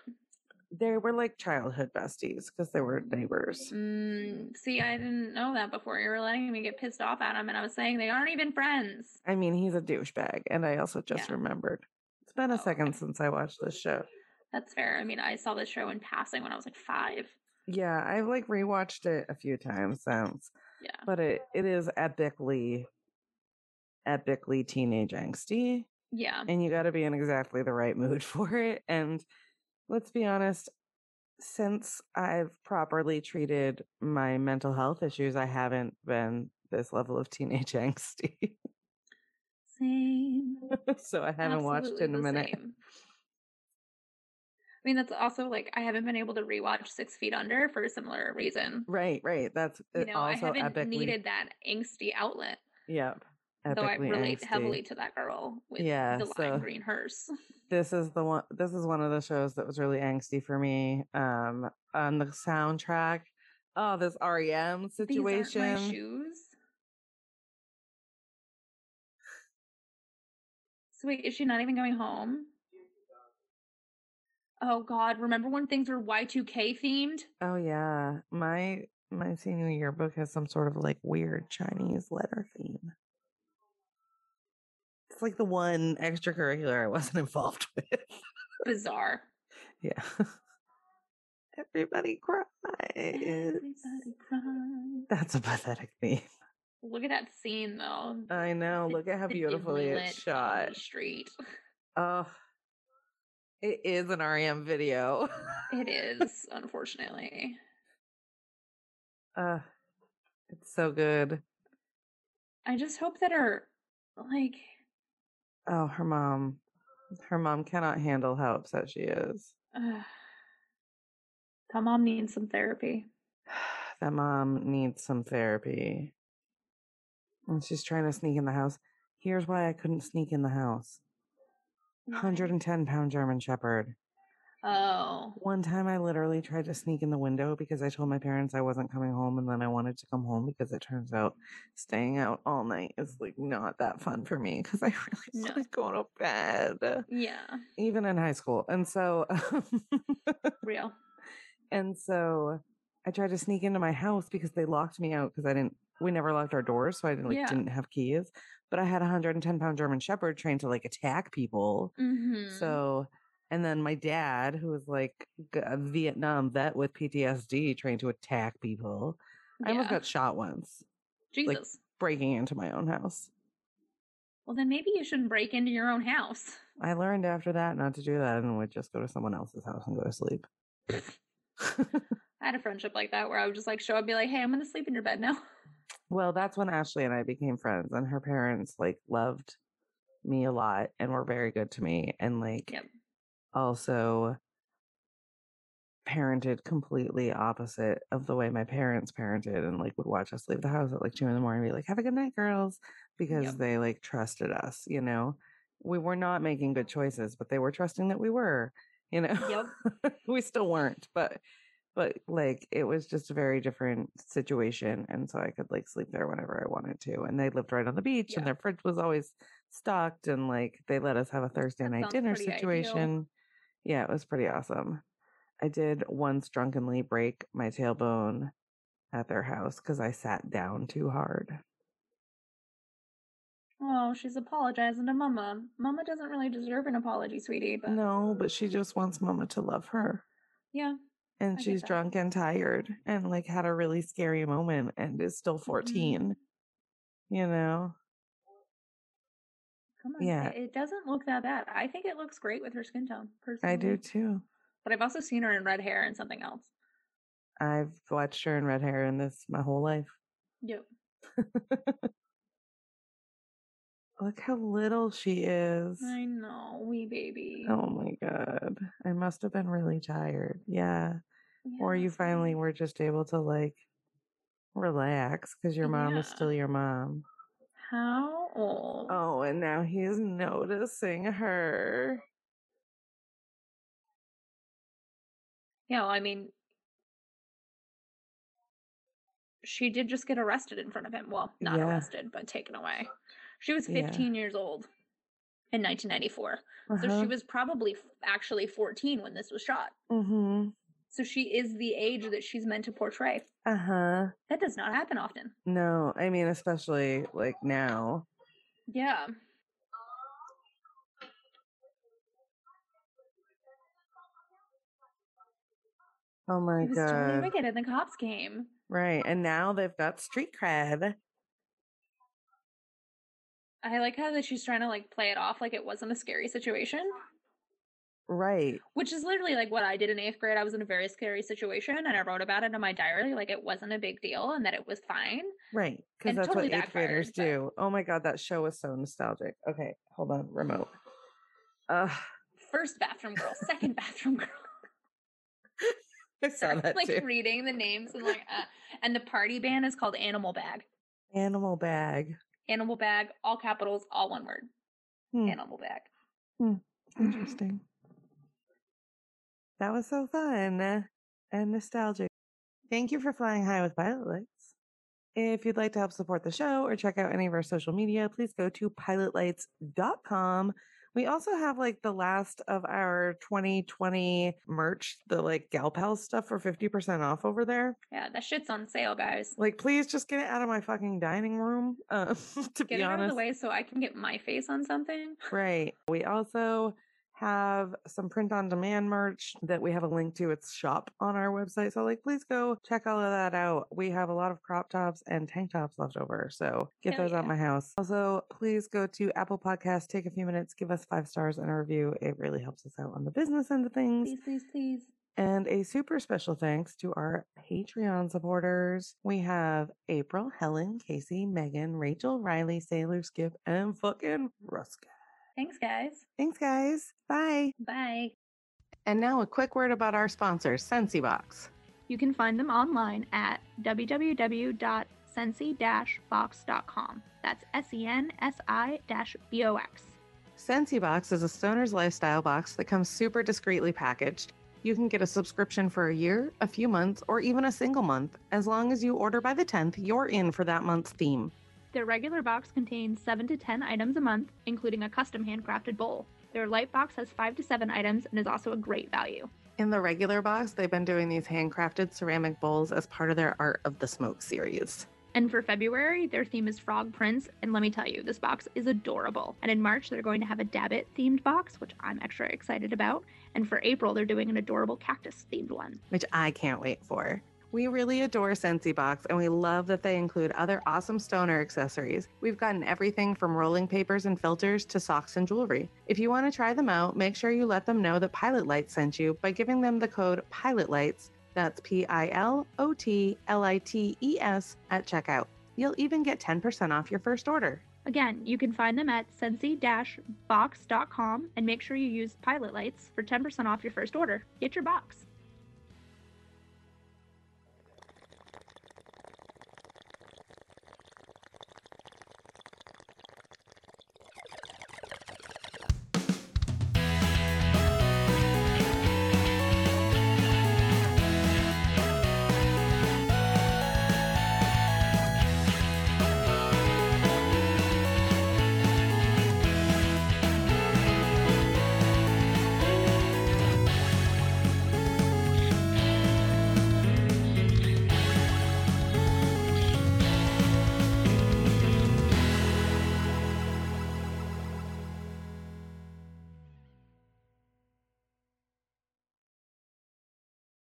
They were like childhood besties because they were neighbors.
Mm, see, I didn't know that before. You were letting me get pissed off at him, and I was saying they aren't even friends.
I mean, he's a douchebag, and I also just
Yeah.
remembered. It's been
Oh,
a
okay.
second since I watched this show.
That's fair. I mean, I saw the show in passing when I was like five.
Yeah, I've like rewatched it a few times since,
Yeah.
but it it is epically, epically teenage angsty,
Yeah.
and you got to be in exactly the right [LAUGHS] mood for it. And let's be honest, since I've properly treated my mental health issues, I haven't been this level of teenage [LAUGHS] angsty,
Same.
[LAUGHS] so I haven't watched
Absolutely
it in a
the
minute.
same. I mean, that's also like I haven't been able to rewatch Six Feet Under for a similar reason.
Right, right. That's
You
uh,
know, I
also
haven't
epically.
needed that angsty outlet,
Yep.
though I
Epically
relate
angsty.
heavily to that girl with
Yeah,
the lime
so-
green hearse. [LAUGHS]
This is the one. This is one of the shows that was really angsty for me. Um, on the soundtrack, oh, this REM
These aren't my
situation.
shoes. So wait, is she not even going home? Oh God! Remember when things were Y two K themed?
Oh yeah, my my senior yearbook has some sort of like weird Chinese letter theme. It's like the one extracurricular I wasn't [LAUGHS] involved with.
Bizarre.
Yeah. Everybody cries.
Everybody cry.
That's a pathetic theme.
Look at that scene though.
I know. Look at how
The
beautifully
dimly
it's
lit
shot.
Chinese [LAUGHS] Street.
Oh, it is an REM video. [LAUGHS]
It is, unfortunately.
Uh, it's so good.
I just hope that her, like,
Oh, her mom. Her mom cannot handle how upset she is. [SIGHS]
uh, that mom needs some therapy.
That mom needs some therapy. And she's trying to sneak in the house. Here's why I couldn't sneak in the house. 110 pound German Shepherd.
Oh.
One time I literally tried to sneak in the window because I told my parents I wasn't coming home and then I wanted to come home because it turns out staying out all night is like not that fun for me because I [LAUGHS] really
No.
like going to bed,
Yeah.
even in high school. And so, [LAUGHS]
Real.
and so I tried to sneak into my house because they locked me out because I didn't, we never locked our doors. So I didn't, like,
Yeah.
didn't have keys, but I had a 110 pound German Shepherd trained to like attack people.
Mm-hmm.
So, and then my dad, who was like g- a Vietnam vet with PTSD, trying to attack people. I almost
Yeah.
got shot once
Jesus.
breaking into my own house.
well, then maybe you shouldn't break into your own house.
I learned after that not to do that and would just go to someone else's house and go to sleep.
[LAUGHS] I had a friendship like that where I would just like show up and be like, hey, I'm going to sleep in your bed now.
well, that's when Ashley and I became friends, and her parents like loved me a lot and were very good to me, and like
Yep.
also parented completely opposite of the way my parents parented and like would watch us leave the house at like two in the morning and be like, have a good night, girls, because
Yep.
they like trusted us, you know. We were not making good choices, but they were trusting that we were, you know. Yep. [LAUGHS] we still weren't, but but like it was just a very different situation. And so I could like sleep there whenever I wanted to. And they lived right on the beach
Yeah.
and their fridge was always stocked and like they let us have a Thursday
That
night
sounds
dinner
pretty ideal.
situation. Yeah, it was pretty awesome. I did once drunkenly break my tailbone at their house because I sat down too hard.
Oh, she's apologizing to Mama. Mama doesn't really deserve an apology, sweetie, but
No, but she just wants mama to love her.
yeah.
And
get
she's
that.
drunk and tired and like had a really scary moment and is
Mm-hmm.
still 14, you know?
Come on.
Yeah.
It, it doesn't look that bad. I think it looks great with her skin tone, personally.
I do too.
But I've also seen her in red hair and something else.
I've watched her in red hair in this my whole life.
Yep.
Look how little she is.
I know, wee baby.
Oh my God. I must have been really tired. Yeah. Or
Yeah,
you
it's
finally
fine.
were just able to like relax because your mom is
Yeah.
still your mom.
How old?
Oh, and now he's noticing her.
Yeah, well, I mean, she did just get arrested in front of him. Well, not
Yeah.
arrested, but taken away. She was
Yeah.
15 years old in 1994. So
Uh-huh.
she was probably f- actually 14 when this was shot.
Mhm.
So she is the age that she's meant to portray.
Uh huh.
That does not happen often.
No, I mean, especially like now.
Yeah.
Oh my
It was totally
God.
wicked, and the cops came.
Right. And now they've got street cred.
I like how that she's trying to like play it off like it wasn't a scary situation,
Right.
which is literally like what I did in eighth grade. I was in a very scary situation, and I wrote about it in my diary, like it wasn't a big deal and that it was fine.
Right. Because
And
that's
totally
what eighth graders
backfired,
do. Oh my God. That show was so nostalgic. Okay. Hold on. Remote. Ugh.
First bathroom girl, second [LAUGHS] bathroom girl.
I
[LAUGHS]
saw that
like
too.
reading the names and like, uh, and the party band is called Animal Bag.
Animal bag.
Animal Bag, all capitals, all one word.
Hmm.
Animal Bag. Mm-hmm.
Interesting. That was so fun uh, and nostalgic. Thank you for flying high with Pilot Lights. If you'd like to help support the show or check out any of our social media, please go to pilotlights.com. We also have like the last of our 2020 merch, the like Gal Pals stuff for 50% off over there.
Yeah, that shit's on sale, guys.
Like, please just get it out of my fucking dining room. Uh, [LAUGHS] to
Get
be
it out
honest,
of the way so I can get my face on something.
Right. We also have some print on demand merch that we have a link to its shop on our website. So like please go check all of that out. We have a lot of crop tops and tank tops left over. So get
Hell
those out
yeah.
my house. Also, please go to Apple Podcasts, take a few minutes, give us five stars and a review. It really helps us out on the business end of things.
Please, please, please.
And a super special thanks to our Patreon supporters. We have April, Helen, Casey, Megan, Rachel, Riley, Sailor, Skip, and fucking Ruska.
Thanks, guys.
Thanks, guys. Bye.
Bye.
And now a quick word about our sponsor, SensiBox.
You can find them online at www.sensi-box.com.
That's S E N S I B O X.
Sensi Box is a stoner's lifestyle box that comes super discreetly packaged. You can get a subscription for a year, a few months, or even a single month. As long as you order by the 10th, you're in for that month's theme.
Their regular box contains 7 to 10 items a month, including a custom handcrafted bowl. Their light box has 5 to 7 items and is also a great value.
In the regular box, they've been doing these handcrafted ceramic bowls as part of their Art of the Smoke series.
And for February, their theme is Frog Prince, and let me tell you, this box is adorable. And in March, they're going to have a Dabbit themed box, which I'm extra excited about. And for April, they're doing an adorable cactus themed one.
which I can't wait for. We really adore Scentsy Box and we love that they include other awesome stoner accessories. We've gotten everything from rolling papers and filters to socks and jewelry. If you want to try them out, make sure you let them know that Pilot Lights sent you by giving them the code PILOTLIGHTS, that's P I L O T L I T E S, at checkout. You'll even get 10% off your first order.
Again, you can find them at sensi-box.com and make sure you use pilot lights for 10% off your first order. Get your box.